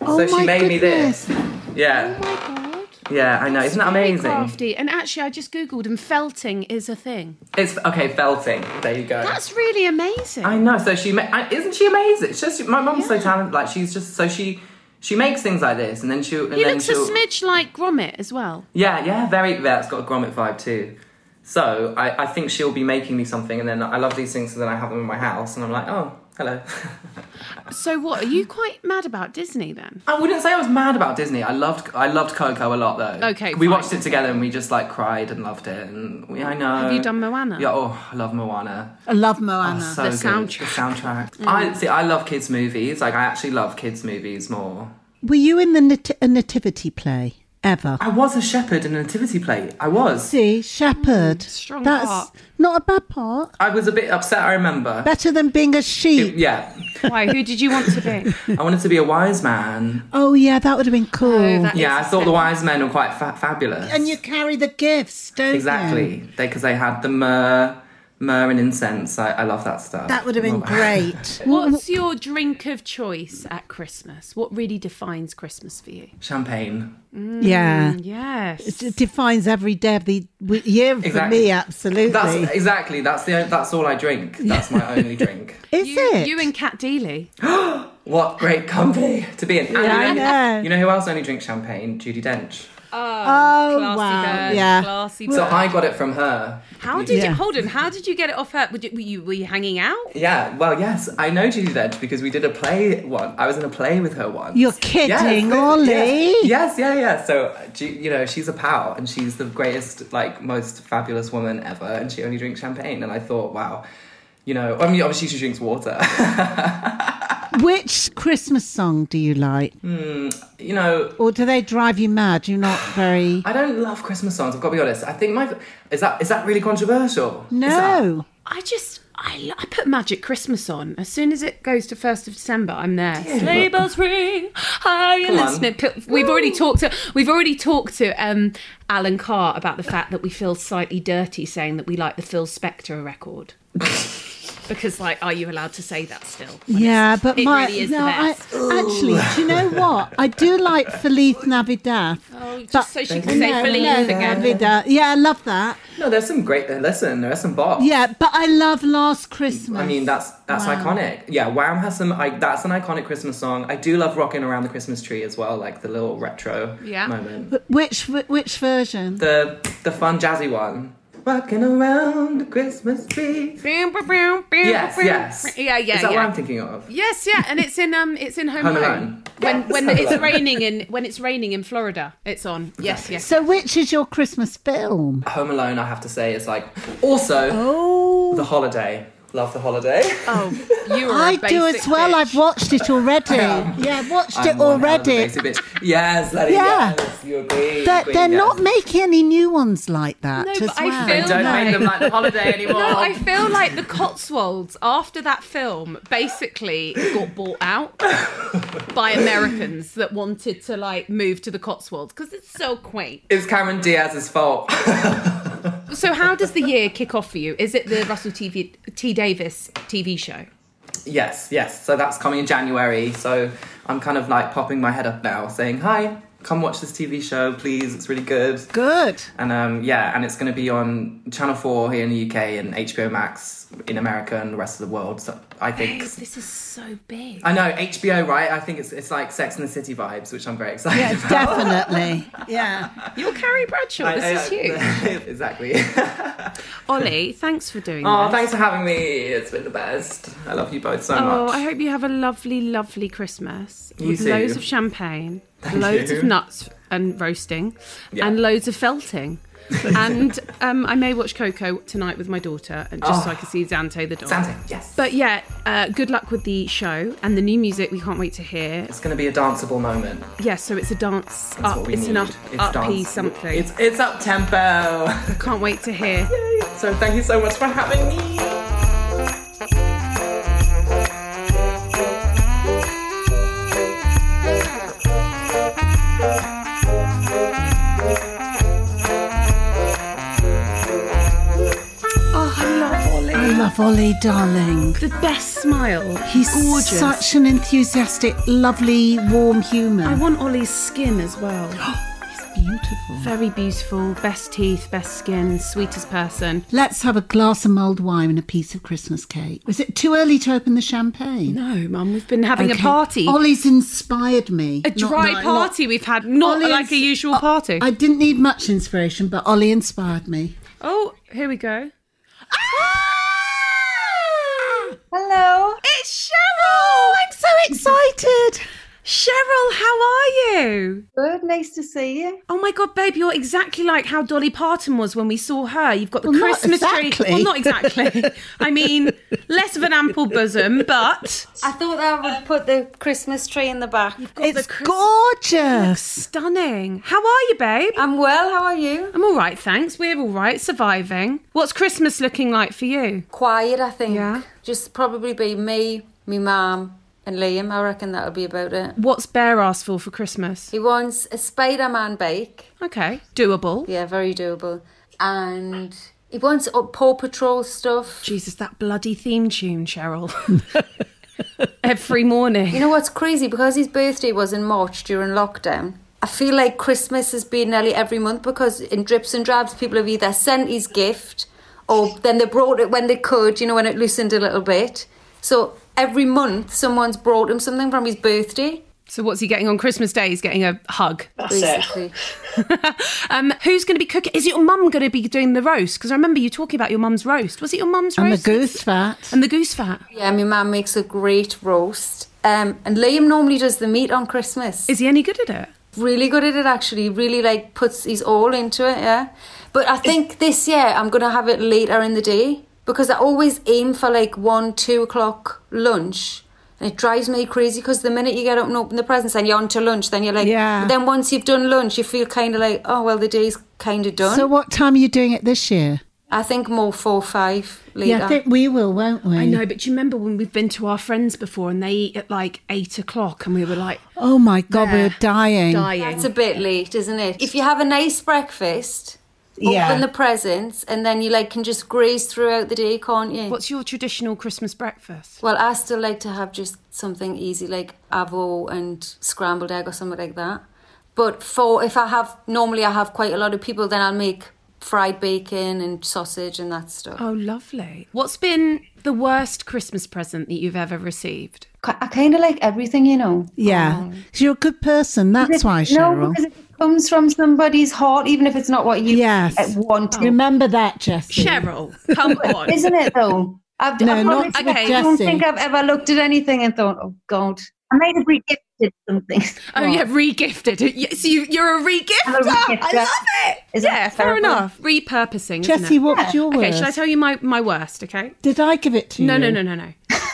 S3: Oh
S6: so she
S3: my
S6: made me
S3: goodness.
S6: this. Yeah.
S2: Oh my god.
S6: yeah, I know. Isn't that
S2: Very
S6: amazing?
S2: Crafty. And actually, I just googled, and felting is a thing.
S6: It's okay, felting. There you go.
S2: That's really amazing.
S6: I know. So she ma- I- isn't she amazing? It's just my mum's so talented. Like she's just so she she makes things like this, and then she and
S2: he
S6: then
S2: looks a
S6: she'll,
S2: smidge like Gromit as well.
S6: Yeah, yeah, very. Yeah, it's got a grommet vibe too. So I, I think she'll be making me something, and then I love these things, and then I have them in my house, and I'm like, oh, hello.
S2: So what are you quite mad about Disney then?
S6: I wouldn't say I was mad about Disney. I loved I loved Coco a lot though.
S2: Okay,
S6: we
S2: fine.
S6: watched it together, and we just like cried and loved it, and we, I know.
S2: Have you done Moana?
S6: Yeah, oh, I love Moana.
S3: I love Moana.
S6: Oh, so
S2: The
S6: good.
S2: soundtrack.
S6: The soundtrack. I see. I love kids movies. Like I actually love kids movies more.
S3: Were you in the nat- a nativity play ever?
S6: I was a shepherd in a nativity play. I was.
S3: See, shepherd.
S2: Mm, strong
S3: That's
S2: heart.
S3: not a bad part.
S6: I was a bit upset. I remember.
S3: Better than being a sheep.
S6: yeah,
S2: Why? Who did you want to be?
S6: I wanted to be a wise man.
S3: oh yeah, that would have been cool.
S2: Oh, that
S6: Yeah, I
S2: is-
S6: thought the wise men were quite fa- fabulous.
S3: and you carry the gifts, don't you?
S6: exactly because they had the myrrh, myrrh and incense. I, I love that stuff.
S3: That would have been
S6: Oh,
S3: great.
S2: What's your drink of choice at Christmas? What really defines Christmas for you?
S6: Champagne.
S2: Mm.
S3: Mm, yeah.
S2: Yes.
S3: It defines every day of the w- year for
S6: Exactly.
S3: me, absolutely.
S6: That's uh, exactly. That's the. That's all I drink. That's my only drink.
S3: Is
S2: You,
S3: it?
S2: you and Kat Deely.
S6: Oh, What great company to be in. And
S3: Yeah, I
S6: you,
S3: know.
S6: you know who else only drinks champagne? Judy Dench.
S3: oh,
S2: Classy
S3: wow.
S2: bird,
S3: yeah.
S2: Classy
S6: So
S2: bird.
S6: I got it from her.
S2: How did
S3: Yeah.
S2: you hold on? How did you get it off her? Were you, were you, were you hanging out?
S6: Yeah. Well, yes, I know Judy Dench because we did a play. One. I was in a play with her once.
S3: You're kidding,
S6: yes,
S3: Ollie.
S6: Yes, yes, yeah, yeah. So uh, do you you know, she's a pal, and she's the greatest, like, most fabulous woman ever, and she only drinks champagne. And I thought, wow, you know, I mean, obviously she drinks water.
S3: Which Christmas song do you like?
S6: Hmm, you know,
S3: Or do they drive you mad? You're not very.
S6: I don't love Christmas songs. I've got to be honest. I think my is that is that really controversial? Is that-
S3: No.
S2: I just I, lo- I put Magic Christmas on as soon as it goes to first of December. I'm there. Sleigh bells ring. Are you
S6: Come on.
S2: listening? Put- We've already talked to we've already talked to um, Alan Carr about the fact that we feel slightly dirty saying that we like the Phil Spector record. because like, are you allowed to say that still? When
S3: Yeah,
S2: it's-
S3: but
S2: it
S3: my
S2: really is
S3: no,
S2: the
S3: I,
S2: best.
S3: actually, do you know what? I do like Feliz Navidad,
S2: Oh, just so she can say
S3: No,
S2: Feliz
S3: no,
S2: again.
S3: that'd be that. Yeah, I love that.
S6: No, there's some great. uh, Listen, there's some
S2: Oh.
S6: bops.
S3: Yeah, but I love Last Christmas.
S6: I mean, that's that's iconic. Yeah, Wham has some. I, that's an iconic Christmas song. I do love rocking around the Christmas tree as well, like the little retro
S2: Yeah.
S6: moment.
S3: Wh- which which version?
S6: The the fun jazzy one. Rocking around the Christmas tree.
S2: Boom, boom, boom, boom,
S6: Yes,
S2: boom.
S6: yes.
S2: Yeah, yeah,
S6: Is that
S2: yeah.
S6: what I'm thinking of?
S2: Yes, yeah, and it's in um, it's in Home,
S6: Home
S2: Alone.
S6: Alone.
S2: When
S6: Yes,
S2: when
S6: Home
S2: it's
S6: Alone.
S2: raining in when it's raining in Florida, it's on. Yes, yes.
S3: So, which is your Christmas film?
S6: Home Alone, I have to say, is like also
S3: Oh.
S6: the holiday. Love the holiday.
S2: Oh, you are.
S3: I
S2: a
S3: do as
S2: basic
S3: well.
S2: bitch.
S3: I've watched it already. yeah, watched
S6: I'm
S3: it
S6: one hell of a
S3: already.
S6: basic bitch. Yes, Letty,
S3: Yeah.
S6: yes, you agree.
S3: They're,
S6: queen,
S3: they're
S6: yes.
S3: not making any new ones like that.
S2: No,
S3: as
S2: but I
S3: well.
S2: feel
S6: Don't
S2: like-
S6: make them like the holiday anymore.
S2: No, I feel like the Cotswolds after that film basically got bought out by Americans that wanted to like move to the Cotswolds because it's so quaint.
S6: It's Cameron Diaz's fault.
S2: So how does the year kick off for you? Is it the Russell TV, T Davis TV show?
S6: Yes, yes. So that's coming in January. So I'm kind of like popping my head up now, saying, "Hi, come watch this TV show, please. It's really good."
S3: Good.
S6: And um, yeah, and it's going to be on Channel Four here in the UK and HBO Max in America and the rest of the world. So I think
S2: This is so big.
S6: I know HBO, right? I think it's it's like Sex and the City vibes, which I'm very excited.
S3: Yeah,
S6: about.
S3: definitely. yeah.
S2: You're Carrie Bradshaw.
S6: I-
S2: this is
S6: I-
S2: you,
S6: exactly.
S2: Ollie. Thanks for doing
S6: oh,
S2: this.
S6: thanks for having me. It's been the best. I love you both so
S2: Oh,
S6: much.
S2: I hope you have a lovely, lovely Christmas
S6: You
S2: with
S6: too.
S2: loads of champagne,
S6: Thank
S2: loads
S6: you.
S2: of nuts and roasting,
S6: Yeah.
S2: and loads of felting. and um, I may watch Coco tonight with my daughter, and just so I can see Dante the dog.
S6: Oh. Dante, yes.
S2: But yeah, uh, good luck with the show and the new music. We can't wait to hear.
S6: It's going to be a danceable moment.
S2: Yeah, so it's a dance
S6: That's
S2: up.
S6: what we
S2: It's
S6: need.
S2: an up, uppy
S6: dance-
S2: something.
S6: It's it's up tempo.
S2: Can't wait to hear. Oh,
S6: so thank you so much for having me.
S2: Oh, I love Ollie.
S3: I love Ollie, darling.
S2: the best smile. He's gorgeous.
S3: Such an enthusiastic, lovely, warm human.
S2: I want Ollie's skin as well.
S3: Beautiful.
S2: Very beautiful, best teeth, best skin, sweetest person.
S3: Let's have a glass of mulled wine and a piece of Christmas cake. Is it too early to open the champagne?
S2: No, Mum, we've been having a
S3: Okay.
S2: party.
S3: Ollie's inspired me.
S2: a
S3: Not-
S2: dry
S3: not-
S2: party we've had, not
S3: Ollie
S2: like
S3: ins-
S2: a usual
S3: I-
S2: party.
S3: I didn't need much inspiration, but Ollie inspired me.
S2: oh, here we go. Ah!
S7: Hello.
S2: It's Cheryl! I'm so excited! Cheryl, how are you?
S7: Good. Nice to see you.
S2: Oh my god, babe, you're exactly like how Dolly Parton was when we saw her. You've got the
S3: Well, not
S2: Christmas tree.
S3: exactly.
S2: Well, not exactly. I mean, less of an ample bosom, but
S7: I thought I would put the Christmas tree in the back.
S3: It's gorgeous.
S2: stunning. How are you, babe?
S7: I'm well. How are you?
S2: I'm all right, thanks. We're all right, surviving. What's Christmas looking like for you?
S7: Quiet, I think.
S2: Yeah.
S7: Just probably be me, me mum, and Liam. I reckon that'll be about it.
S2: What's Bear asked for for Christmas?
S7: He wants a Spider Man bike.
S2: Okay, doable.
S7: Yeah, very doable. And he wants uh, Paw Patrol stuff.
S2: Jesus, that bloody theme tune, Cheryl. Every morning.
S7: You know what's crazy? Because his birthday was in March during lockdown. I feel like Christmas has been nearly every month because in drips and drabs, people have either sent his gift or then they brought it when they could, you know, when it loosened a little bit. So every month, someone's brought him something from his birthday,
S2: So, what's he getting on Christmas Day? He's getting a hug.
S7: basically.
S2: Um, who's going to be cooking? Is your mum going to be doing the roast? Because I remember you talking about your mum's roast. Was it your mum's
S3: And the
S2: roast?
S3: goose fat.
S2: And the goose fat.
S7: Yeah, my mum makes a great roast. Um, and Liam normally does the meat on Christmas.
S2: Is he any good at it?
S7: really good at it actually really like puts his all into it yeah but i think this year i'm gonna have it later in the day because i always aim for like one two o'clock lunch and it drives me crazy because the minute you get up and open the presents and you're on to lunch then you're like
S3: Yeah.
S7: but then once you've done lunch you feel kind of like oh well the day's kind of done
S3: So, what time are you doing it this year?
S7: i think more four five later
S3: Yeah, I think we will, won't we?
S2: I know, but do you remember when we've been to our friends before and they eat at like eight o'clock and we were like
S3: Oh my God,
S2: Yeah.
S3: we're dying.
S2: dying?
S7: that's a bit late isn't it if you have a nice breakfast
S3: Yeah.
S7: open the presents and then you like can just graze throughout the day can't you
S2: What's your traditional Christmas breakfast?
S7: Well, I still like to have just something easy like avo and scrambled egg or something like that. But for if I have normally I have quite a lot of people, then I'll make fried bacon and sausage and that stuff.
S2: Oh, lovely. What's been the worst Christmas present that you've ever received?
S7: I kind of like everything, you know.
S3: Yeah.
S7: Oh.
S3: 'Cause you're a good person. That's why,
S7: No,
S3: Cheryl.
S7: because it comes from somebody's heart, even if it's not what you
S3: Yes.
S7: uh, want,
S3: Remember that, Jessie.
S2: Cheryl, come on.
S7: isn't it? Though I've,
S3: No,
S7: I
S3: not
S7: promise
S3: with
S7: you, I don't
S3: Jessie.
S7: think I've ever looked at anything and thought, "Oh God, I might have regifted something."
S2: Oh yeah, re-gifted. Yeah, So you, you're a re-gifter.
S7: I'm a re-gifter.
S2: I love it.
S7: Is that
S2: yeah, fair
S7: terrible?
S2: enough. Repurposing. isn't
S3: Jessie,
S2: it?
S3: what's your worst?
S2: Okay, should I tell you my, my worst? Okay.
S3: Did I give it to
S2: No,
S3: you?
S2: no, no, no, no.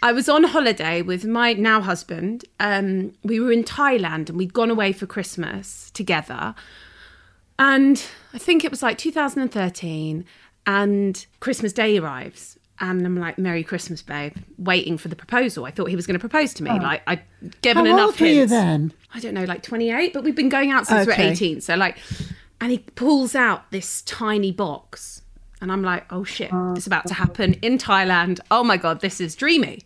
S2: I was on holiday with my now husband. Um, we were in Thailand and we'd gone away for Christmas together. And I think it was like 2013, and Christmas Day arrives. And I'm like, Merry Christmas, babe, waiting for the proposal. I thought he was going to propose to me. Like, I'd given
S3: Oh. How
S2: enough
S3: old were you
S2: hints.
S3: then?
S2: I don't know, like 28, but we've been going out since
S3: Okay.
S2: we're 18. So, like, and he pulls out this tiny box. And I'm like, oh shit, it's about to happen in Thailand. Oh my God, this is dreamy.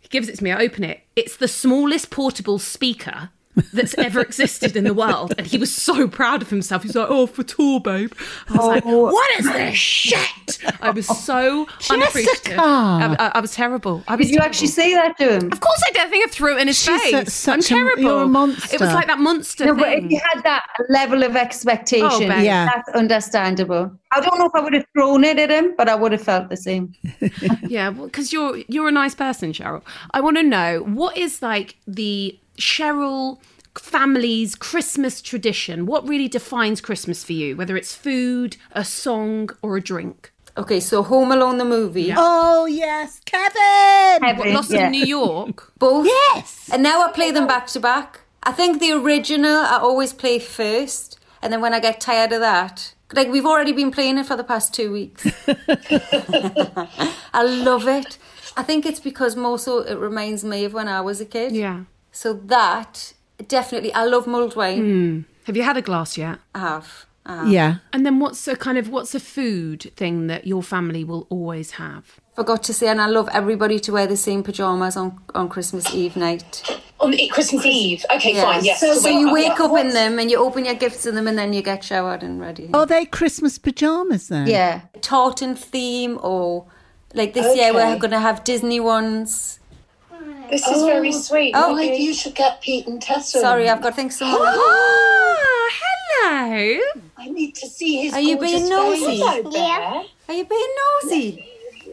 S2: He gives it to me, I open it. It's the smallest portable speaker that's ever existed in the world. And he was so proud of himself. He's like, oh, for tour, babe. I was like,
S7: Oh.
S2: what is this shit? I was so unappreciative.
S3: Jessica!
S2: I, I- I was terrible. I was
S7: Did you actually
S2: terrible.
S7: say that to him?
S2: Of course I did. I think I threw it in his
S3: She's
S2: face.
S3: su-
S2: I'm
S3: such a- you're a
S2: terrible.
S3: monster.
S2: It was like that monster
S7: No, but if
S2: thing.
S7: you had that level of expectation,
S2: Oh, babe.
S3: Yeah.
S7: that's understandable. I don't know if I would have thrown it at him, but I would have felt the same.
S2: yeah, because you're you're a nice person, Cheryl. I want to know what is like the Cheryl family's Christmas tradition. What really defines Christmas for you? Whether it's food, a song, or a drink.
S7: Okay, so Home Alone the movie,
S3: Oh, yes. Kevin!
S7: Heaven,
S2: Lost
S7: yeah.
S2: in New
S3: Oh,
S2: York.
S7: both.
S3: Yes.
S7: And now I play them back to back. I think the original I always play first, and then when I get tired of that, like we've already been playing it for the past two weeks. I love it. I think it's because more so it reminds me of when I was a kid.
S2: yeah.
S7: So that definitely, I love mulled
S2: Mm.
S7: wine.
S2: Have you had a glass yet?
S7: Hmm. I have. I have.
S3: Yeah.
S2: And then what's a kind of what's a food thing that your family will always have?
S7: Forgot to say, and I love everybody to wear the same pajamas on on Christmas Eve night.
S8: On it- Christmas Eve. Okay, fine. Yes. Oh,
S7: So, so you wake up in
S8: the
S7: them and you open your gifts in them, and then you get showered and ready.
S3: Are they Christmas pajamas then?
S7: Yeah, tartan theme or like this year we're
S8: Okay.
S7: going to have Disney ones.
S8: This is very sweet.
S7: Oh.
S8: Why you should get Pete and Tessa.
S7: Sorry, I've got to think
S3: Ah,
S7: someone.
S2: Oh, hello.
S8: I need to see his.
S7: Are you
S8: gorgeous
S7: being nosy?
S8: face. Hello there.
S7: Are you being nosy?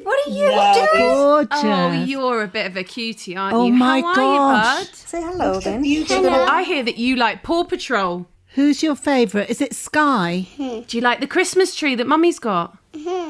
S7: What are you doing?
S3: Gorgeous.
S2: Oh, you're a bit of a cutie, aren't
S3: Oh
S2: you?
S3: my
S2: How are you,
S3: gosh.
S2: bud?
S7: Say hello then.
S8: Beautiful.
S2: I hear that you like Paw Patrol.
S3: Who's your favourite? Is it Sky?
S7: Hmm.
S2: Do you like the Christmas tree that Mummy's got?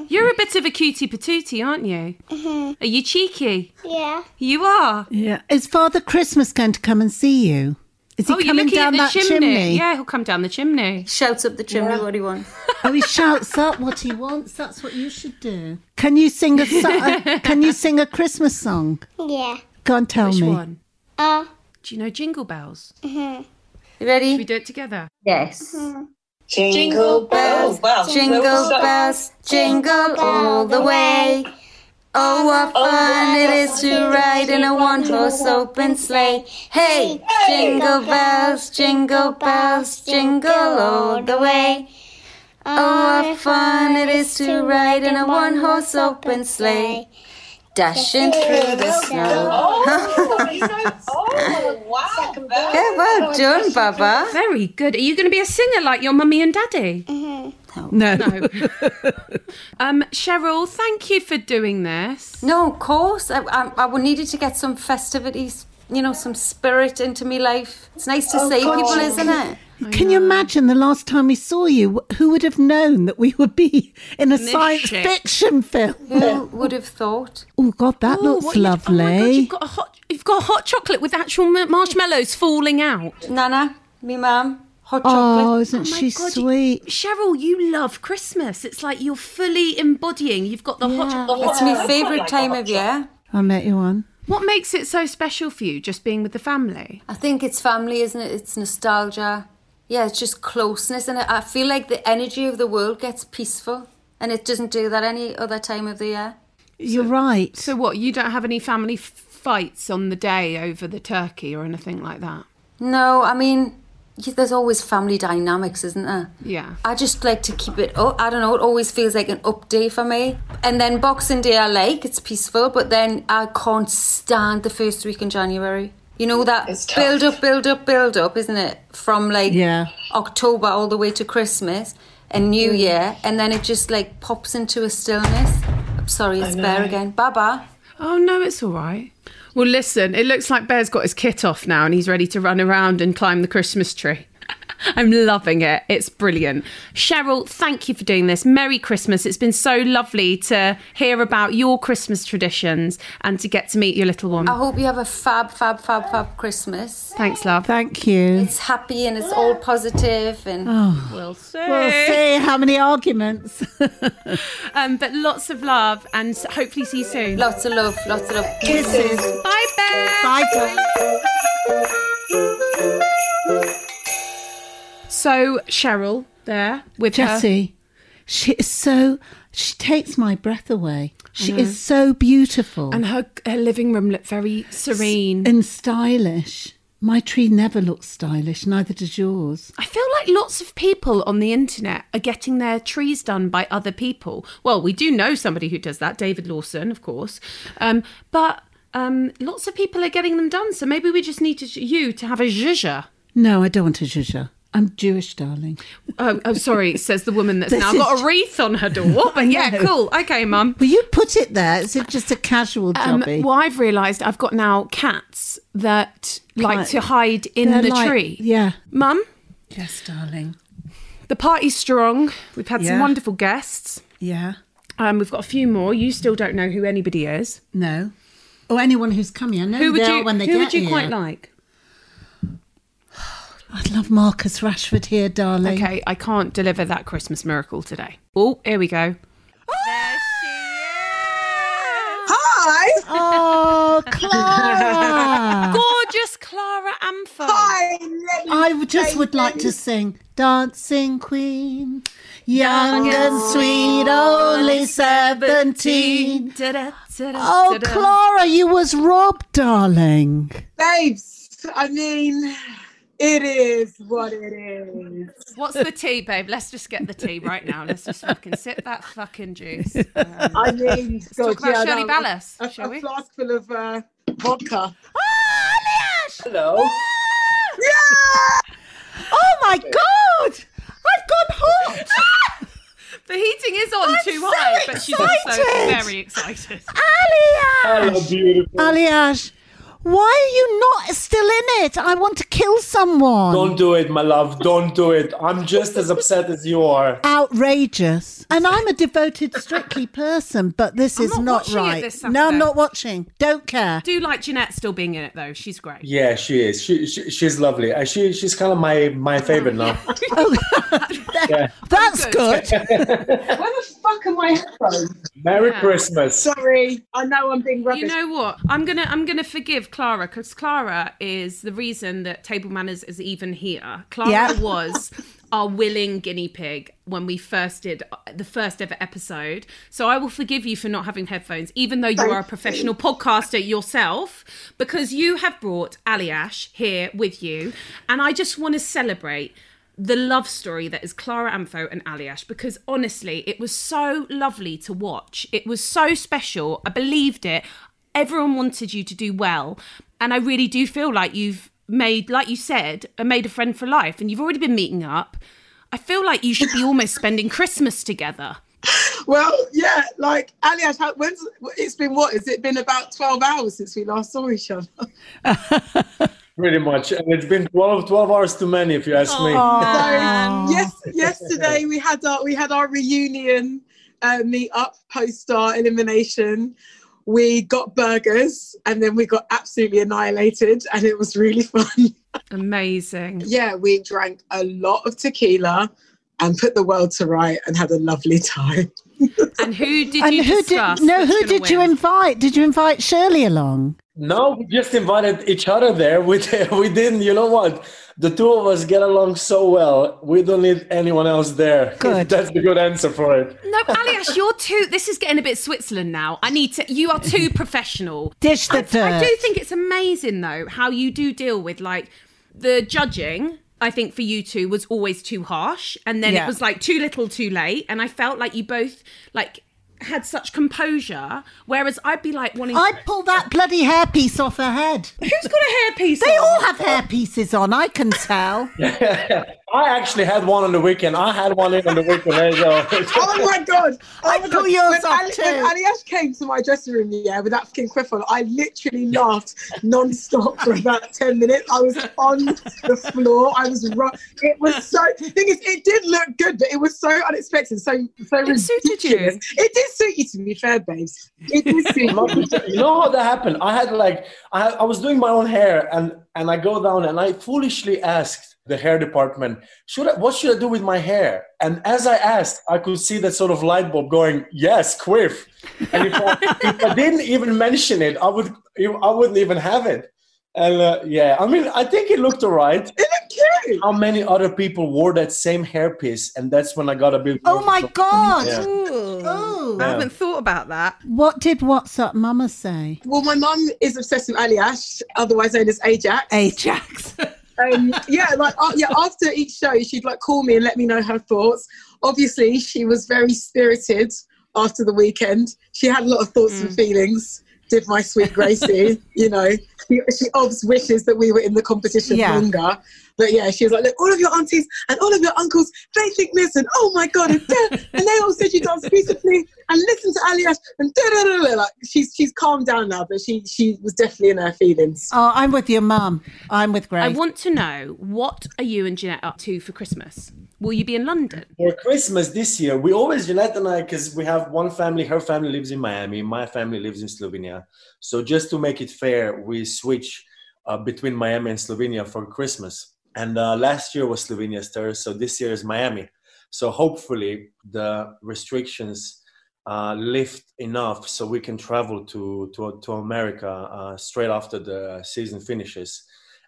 S2: You're a bit of a cutie patootie, aren't you?
S7: Hmm.
S2: Are you cheeky?
S9: Yeah.
S2: You are.
S3: Yeah. Is Father Christmas going to come and see you? Is he
S2: oh, you're
S3: coming
S2: looking
S3: down
S2: at
S3: that
S2: the
S3: chimney?
S2: chimney. Yeah, he'll come down the chimney.
S7: Shouts up the chimney what he wants.
S3: Oh, he shouts up what he wants. That's what you should do. Can you sing a, so- a Can you sing a Christmas song?
S9: Yeah.
S3: Go and tell
S2: Which
S3: me.
S2: one?
S9: Uh,
S2: Do you know Jingle Bells?
S7: Mm-hmm. You
S2: We
S7: ready?
S2: do it together.
S7: Yes.
S8: Jingle bells, wow.
S7: Jingle bells, jingle all the way. Oh, what fun it is to ride in a one-horse open sleigh. Hey, jingle bells, jingle bells, jingle all the way. Oh, what fun it is to ride in a one-horse open sleigh. Dashing through the snow.
S8: Oh, oh, wow.
S7: Yeah, well done, Baba.
S2: Very good. Are you going to be a singer like your mummy and daddy?
S7: Mm-hmm.
S3: No.
S2: No. um, Cheryl, thank you for doing this.
S7: No, of course. I, I, I would needed to get some festivities, you know, some spirit into me life. It's nice to see people, isn't it?
S3: Oh, Can you imagine the last time we saw you? Who would have known that we would be in a science
S2: shit.
S3: fiction film?
S7: Who would have thought?
S3: Oh God, that
S2: Oh,
S3: looks
S2: what you-
S3: lovely.
S2: Oh my God, you've got a hot, you've got hot chocolate with actual ma- marshmallows falling out.
S7: Nana, me mum, hot
S3: Oh,
S7: chocolate.
S3: isn't
S2: Oh my
S3: she
S2: God, you-
S3: sweet?
S2: Cheryl, you love Christmas. It's like you're fully embodying. You've got the hot. The
S7: It's
S2: hot
S7: my favourite time of year.
S3: I met you one.
S2: what makes it so special for you, just being with the family?
S7: I think it's family, isn't it? It's nostalgia. Yeah, it's just closeness. And I I feel like the energy of the world gets peaceful. And it doesn't do that any other time of the year.
S3: You're right.
S2: So what? You don't have any family f- fights on the day over the turkey or anything like that.
S7: No, I mean, yeah, there's always family dynamics, isn't there?
S2: Yeah.
S7: I just like to keep it up. I don't know. It always feels like an up day for me. And then Boxing Day, I like. It's peaceful. But then I can't stand the first week in January. You know that build up, build up, build up, isn't it? From like
S3: Yeah.
S7: October all the way to Christmas and New
S2: Mm.
S7: Year. And then it just like pops into a stillness. I'm sorry, it's Bear again. Baba.
S2: Oh no, it's all right. Well, listen, it looks like Bear's got his kit off now and he's ready to run around and climb the Christmas tree. I'm loving it. It's brilliant. Cheryl, thank you for doing this. Merry Christmas. It's been so lovely to hear about your Christmas traditions and to get to meet your little one.
S7: I hope you have a fab, fab, fab, fab Christmas.
S2: Thanks, love.
S3: Thank you.
S7: It's happy and it's all positive and
S2: We'll see.
S3: We'll see how many arguments.
S2: Um, but lots of love and hopefully see you soon.
S7: lots of love, lots of love.
S3: Kisses.
S2: Bye, Bear.
S3: Bye. Bye.
S2: So, Cheryl there with her.
S3: Jessie, she is so. She takes my breath away. She is so beautiful
S2: And
S3: and,
S2: her, her living room looked very serene.
S3: stylish. My tree never looks stylish, neither does yours.
S2: I feel like lots of people on the internet are getting their trees done by other people. Well, we do know somebody who does that, David Lawson, of course. Um, but um, lots of people are getting them done. So maybe we just need to, you to have a zhuzha.
S3: No, I don't want a zhuzha. I'm Jewish, darling.
S2: Oh, oh, sorry, says the woman that's
S3: This
S2: now
S3: is-
S2: got a wreath on her door. But yeah, cool. Okay, mum.
S3: Will you put it there? Is it just a casual
S2: Um,
S3: jobby?
S2: well, I've realised I've got now cats that like
S3: Cat-
S2: to hide in
S3: They're
S2: the
S3: like-
S2: tree.
S3: Yeah.
S2: Mum,
S3: Yes, darling.
S2: the party's strong. We've had some
S3: Yeah.
S2: wonderful guests.
S3: Yeah.
S2: Um, we've got a few more. You still don't know who anybody is.
S3: No. Or anyone who's coming. I know
S2: Who would
S3: they
S2: you?
S3: are when they
S2: who
S3: get
S2: would you
S3: here.
S2: quite like?
S3: I'd love Marcus Rashford here, darling.
S2: Okay, I can't deliver that Christmas miracle today. Oh, here we go.
S8: Hi.
S3: Oh, Clara!
S2: Gorgeous Clara Amford.
S8: Hi. Let me
S3: I just
S8: say
S3: would like to sing Dancing Queen, young and sweet, only 17. Oh, Clara, you was robbed, darling.
S8: Babes, I mean, it is what it is.
S2: What's the tea, babe? Let's just get the tea right now. Let's just fucking sip that fucking juice.
S8: I mean, Let's
S2: talk about Shirley Ballas,
S8: a,
S2: shall
S8: a
S2: we?
S8: flask full of uh, vodka.
S6: Hello.
S3: Oh my God! I've gone hot!
S2: the heating is on too
S3: so
S2: high, but she's also
S3: excited.
S2: very excited.
S3: Aliash! Aliash, why are you not still in it? I want to kill someone.
S9: Don't do it, my love. Don't do it. I'm just as upset as you are.
S3: outrageous. And I'm a devoted Strictly person, but this is
S2: not
S3: not,
S2: watching it
S3: right.
S2: this
S3: no,
S2: Saturday.
S3: I'm not watching. Don't care.
S2: Do like Jeanette still being in it though? She's great.
S9: Yeah, she is. She, she she's lovely. Uh, She she's kind of my my favorite now.
S3: Oh, That's good.
S8: Where the fuck are my headphones?
S9: Merry Christmas.
S8: Sorry, I know I'm being rubbish.
S2: You know what? I'm gonna I'm gonna forgive Clara because Clara is the reason that Table Manners is even here. Clara
S3: Yeah.
S2: was our willing guinea pig when we first did the first ever episode. So I will forgive you for not having headphones, even though you are a professional podcaster yourself, because you have brought Aliash here with you, and I just want to celebrate. The love story that is Clara Amfo and Aliash, because honestly, it was so lovely to watch. It was so special. I believed it everyone wanted you to do well and i really do feel like you've made like you said uh, made a friend for life and you've already been meeting up i feel like you should be almost spending christmas together
S8: Well, yeah, like Aliash, how, when's it's been what? Has it been about 12 hours since we last saw each other?
S9: Pretty much. And it's been 12, 12 hours too many, if you ask me.
S8: So yes, yesterday we had our we had our reunion uh, meet up post our elimination. We got burgers and then we got absolutely annihilated, and it was really fun.
S2: amazing
S8: yeah, we drank a lot of tequila and put the world to right and had a lovely time.
S2: and who did you
S3: and who
S2: discuss
S3: did no?
S2: that's
S3: Who
S2: gonna
S3: did you
S2: win?
S3: invite? Did you invite Shirley along?
S9: No, we just invited each other there. We we didn't. You know what? The two of us get along so well. We don't need anyone else there.
S3: Good.
S9: That's the good answer for it.
S2: no aliash you're too this is getting a bit switzerland now i need to you are too professional
S3: Dish the
S2: I, I
S3: dirt.
S2: do think it's amazing though how you do deal with like the judging I think for you two was always too harsh, and then
S10: Yeah.
S2: it was like too little, too late, and I felt like you both like had such composure, whereas I'd be like wanting.
S10: I'd pull that bloody hairpiece off her head. Who's got
S2: a hairpiece?
S10: They all have hairpieces on. I can tell.
S9: I actually had one on the weekend. I had one in on the weekend. There you go.
S8: Oh my god! Oh
S10: I
S8: my
S10: pull
S8: God.
S10: yours
S8: when
S10: off
S8: Ali,
S10: too.
S8: When Ali Ash came to my dressing room, yeah, with that fucking quiff on, I literally laughed non-stop for about ten minutes. I was on the floor. I was ru- It was so. The thing is, it did look good, but it was so unexpected. So so it
S2: suited
S8: you. It did suit you, to be fair, babes. It did suit you.
S9: you know how that happened? I had like I, had- I was doing my own hair and and I go down and I foolishly asked the hair department, should I, what should I do with my hair? And as I asked, I could see that sort of light bulb going, yes, quiff. And if I, if I didn't even mention it, I would I wouldn't even have it. And uh, yeah, I mean, I think it looked alright. It
S8: looked cute.
S9: How many other people wore that same hairpiece? And that's when I got a bit.
S10: Oh my god!
S9: Yeah.
S10: Ooh.
S9: I haven't
S2: thought about that.
S10: What did What's Up Mama say?
S8: Well, my mum is obsessed with Ali Ash, otherwise known as Ajax.
S10: Ajax.
S8: um, yeah, like uh, yeah. After each show, she'd like call me and let me know her thoughts. Obviously, she was very spirited after the weekend. She had a lot of thoughts and feelings. Did my sweet Gracie, you know? She, she obs wishes that we were in the competition
S10: Yeah.
S8: longer. But yeah, she was like, look, all of your aunties and all of your uncles, they think this and oh my god, and, da- and they all said you dance beautifully and listen to Ali Ash and da da da da. Like she's she's calmed down now, but she she was definitely in her feelings.
S10: Oh, I'm with your mum. I'm with Grace.
S2: I want to know what are you and Jeanette up to for Christmas? Will you be in London?
S9: For Christmas this year, we always Jeanette and I, because we have one family. Her family lives in Miami. My family lives in Slovenia. So just to make it fair, we switch uh, between Miami and Slovenia for Christmas. And uh, last year was Slovenia's turn, so this year is Miami. So hopefully the restrictions uh, lift enough so we can travel to to, to America uh, straight after the season finishes.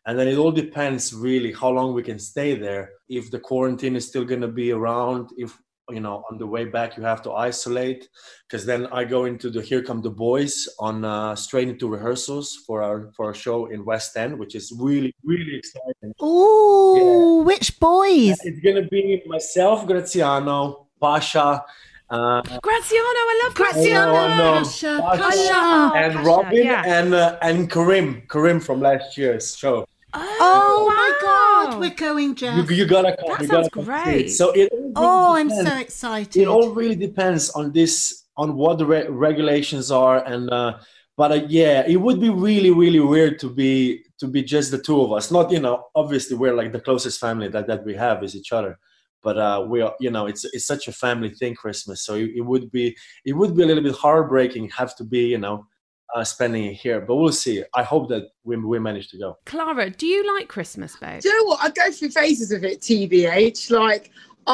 S9: And then it all depends really how long we can stay there. If the quarantine is still going to be around, if you know on the way back you have to isolate, because then I go into the Here Come the Boys on uh, straight into rehearsals for our for our show in West End, which is really really exciting.
S10: Ooh, which boys?
S9: It's going to be myself, Graziano, Pasha. Uh,
S2: Graziano, I love Graziano.
S9: Graziano, Oh, I know. Pasha and Robin and uh, and Karim, Karim from last year's show.
S10: Oh my god, we're going,
S9: You,
S10: Jeff.
S9: you gotta come.
S10: That
S9: you gotta
S10: sounds
S9: come see
S10: great.
S9: it. So it. all really
S10: Oh, I'm
S9: depends.
S10: so excited.
S9: It all really depends on this, on what the re- regulations are, and uh, but uh, yeah, it would be really, really weird to be to be just the two of us. Not you know, obviously we're like the closest family that that we have is each other. But uh, we are, you know, it's it's such a family thing, Christmas. So it, it would be it would be a little bit heartbreaking have to be, you know, uh, spending it here. But we'll see. I hope that we we manage to go.
S2: Clara, do you like Christmas, babe?
S8: Do you know what? I go through phases of it, TBH. Like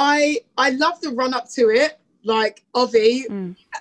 S8: I I love the run up to it. Like Ovi,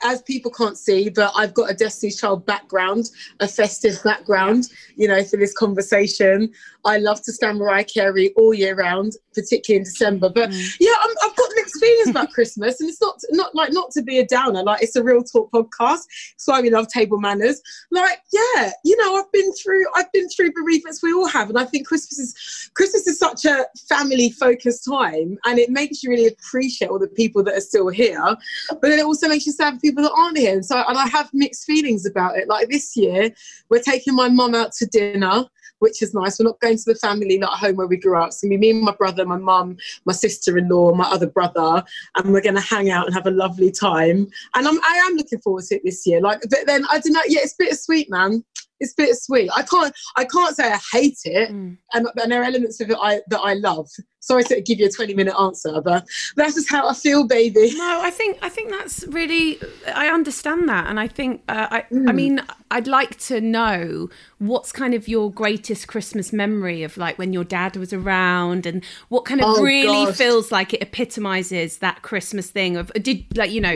S8: as people can't see, but I've got a Destiny's Child background, a festive background, you know, for this conversation. I love to stand Mariah Carey all year round, particularly in December. But yeah, I'm, I've got mixed feelings about Christmas, and it's not not like not to be a downer. Like it's a real talk podcast. It's why we love table manners. Like yeah, you know, I've been through I've been through bereavements we all have, and I think Christmas is Christmas is such a family focused time, and it makes you really appreciate all the people that are still here. But then it also makes you sad for people that aren't here, and so and I have mixed feelings about it. Like this year, we're taking my mum out to dinner which is nice. We're not going to the family not home where we grew up. So me and my brother, my mum, my sister-in-law, my other brother, and we're going to hang out and have a lovely time. And I'm, I am looking forward to it this year. Like, but then I don't know. Yeah, it's bittersweet, man. It's bittersweet. I can't, I can't say I hate it,
S2: Mm.
S8: and, and there are elements of it I, that I love. Sorry to give you a 20-minute answer, but that's just how I feel, baby.
S2: No, I think I think that's really I understand that, and I think uh, I I
S8: Mm.
S2: mean I'd like to know what's kind of your greatest Christmas memory of like when your dad was around, and what kind of
S10: Oh,
S2: really
S10: gosh.
S2: feels like it epitomizes that Christmas thing of uh, did like you know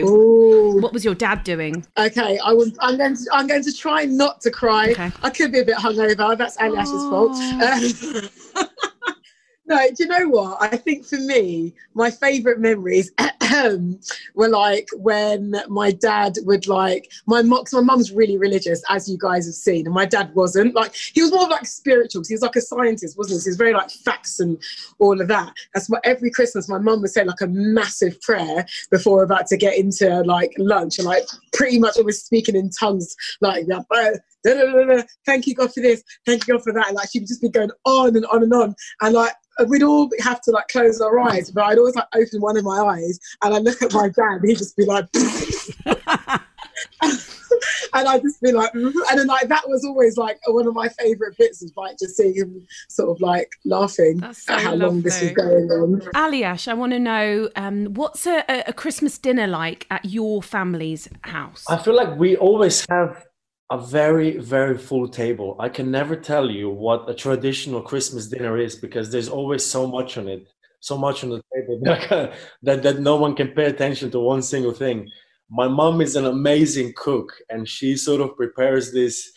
S2: what was your dad doing?
S8: Okay, I was, I'm going to. I'm going to try not to cry. I could be a bit hungover. That's Ali Ash's fault.
S2: Oh.
S8: Um, no, do you know what? I think for me, my favourite memories were like when my dad would like my mom. 'cause My mum's really religious, as you guys have seen, and my dad wasn't. Like he was more of like spiritual. 'cause He was like a scientist, wasn't he? So he was very like facts and all of that. That's what every Christmas my mum would say like a massive prayer before we're about to get into like lunch and like pretty much almost speaking in tongues like that. "Oh, da, da, da, da, Thank you God for this. Thank you God for that. Like she would just be going on and on and on. And like we'd all have to like close our eyes, but I'd always like open one of my eyes and I look at my dad. And he'd just be like, and I'd just be like, "Mhm." and then like that was always like one of my favorite bits was like just seeing him sort of like laughing at how long this was going on.
S2: Aliash, I want to know um, what's a, a- a Christmas dinner like at your family's house?
S9: I feel like we always have a very, very full table. I can never tell you what a traditional Christmas dinner is because there's always so much on it, so much on the table that, that, that no one can pay attention to one single thing. My mom is an amazing cook and she sort of prepares this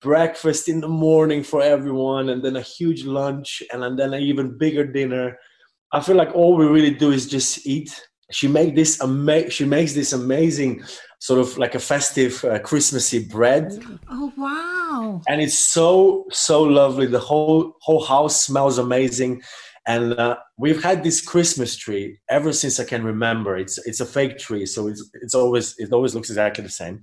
S9: breakfast in the morning for everyone and then a huge lunch and, and then an even bigger dinner. I feel like all we really do is just eat. She make this ama- she makes this amazing sort of like a festive uh, Christmassy bread
S10: Oh wow!
S9: and it's so so lovely the whole whole house smells amazing and uh, we've had this christmas tree ever since i can remember it's it's a fake tree so it's it's always it always looks exactly the same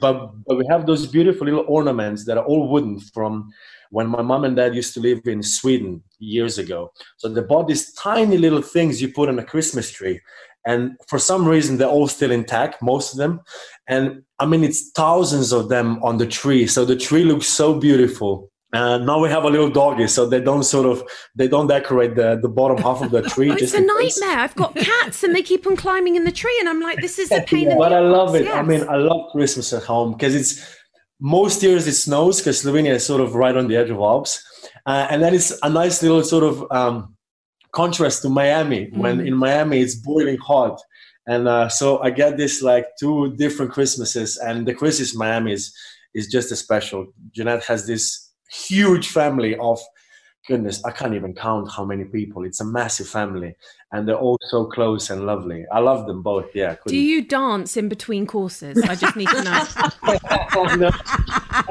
S9: but but we have those beautiful little ornaments that are all wooden from when my mom and dad used to live in sweden years ago so they bought these tiny little things you put on a christmas tree and for some reason they're all still intact most of them and i mean it's thousands of them on the tree so the tree looks so beautiful and now we have a little doggy so they don't sort of they don't decorate the, the bottom half of the tree
S2: Oh, it's
S9: just
S2: a
S9: in case.
S2: nightmare. I've got cats and they keep on climbing in the tree, and I'm like, this is a pain in the
S9: but I love it. I
S2: Yes.
S9: mean, I love Christmas at home because it's most years it snows because Slovenia is sort of right on the edge of Alps, uh, and then it's a nice little sort of um, contrast to Miami when
S11: Mm.
S9: in Miami it's boiling hot, and uh, so I get this like two different Christmases, and the Christmas in Miami is is just a special. Jeanette has this huge family of goodness, I can't even count how many people. It's a massive family, and they're all so close and lovely. I love them both. Yeah.
S2: Do
S9: couldn't-
S2: you dance in between courses? I just need to know.
S9: no.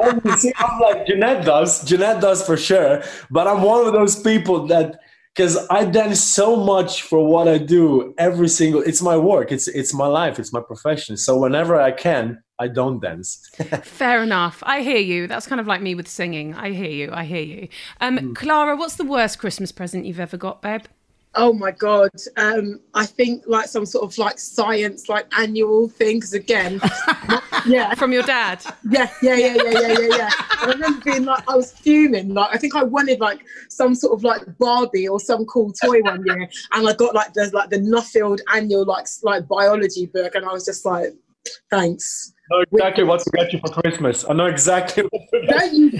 S9: I'm, see, I'm like Jeanette does. Jeanette does for sure. But I'm one of those people that because I dance so much for what I do every single. It's my work. It's it's my life. It's my profession. So whenever I can, I don't dance.
S2: Fair enough. I hear you. That's kind of like me with singing. I hear you. I hear you. Um, Clara, what's the worst Christmas present you've ever got, babe?
S8: Oh my god! Um, I think like some sort of like science, like annual thing. Because again, yeah,
S2: from your dad.
S8: Yeah, yeah, yeah, yeah, yeah, yeah, yeah. I remember being like, I was fuming. Like, I think I wanted like some sort of like Barbie or some cool toy one year, and I got like the like the Nuffield annual like s- like biology book, and I was just like, thanks.
S9: know exactly what to get you for Christmas. I know exactly what to get
S8: Don't you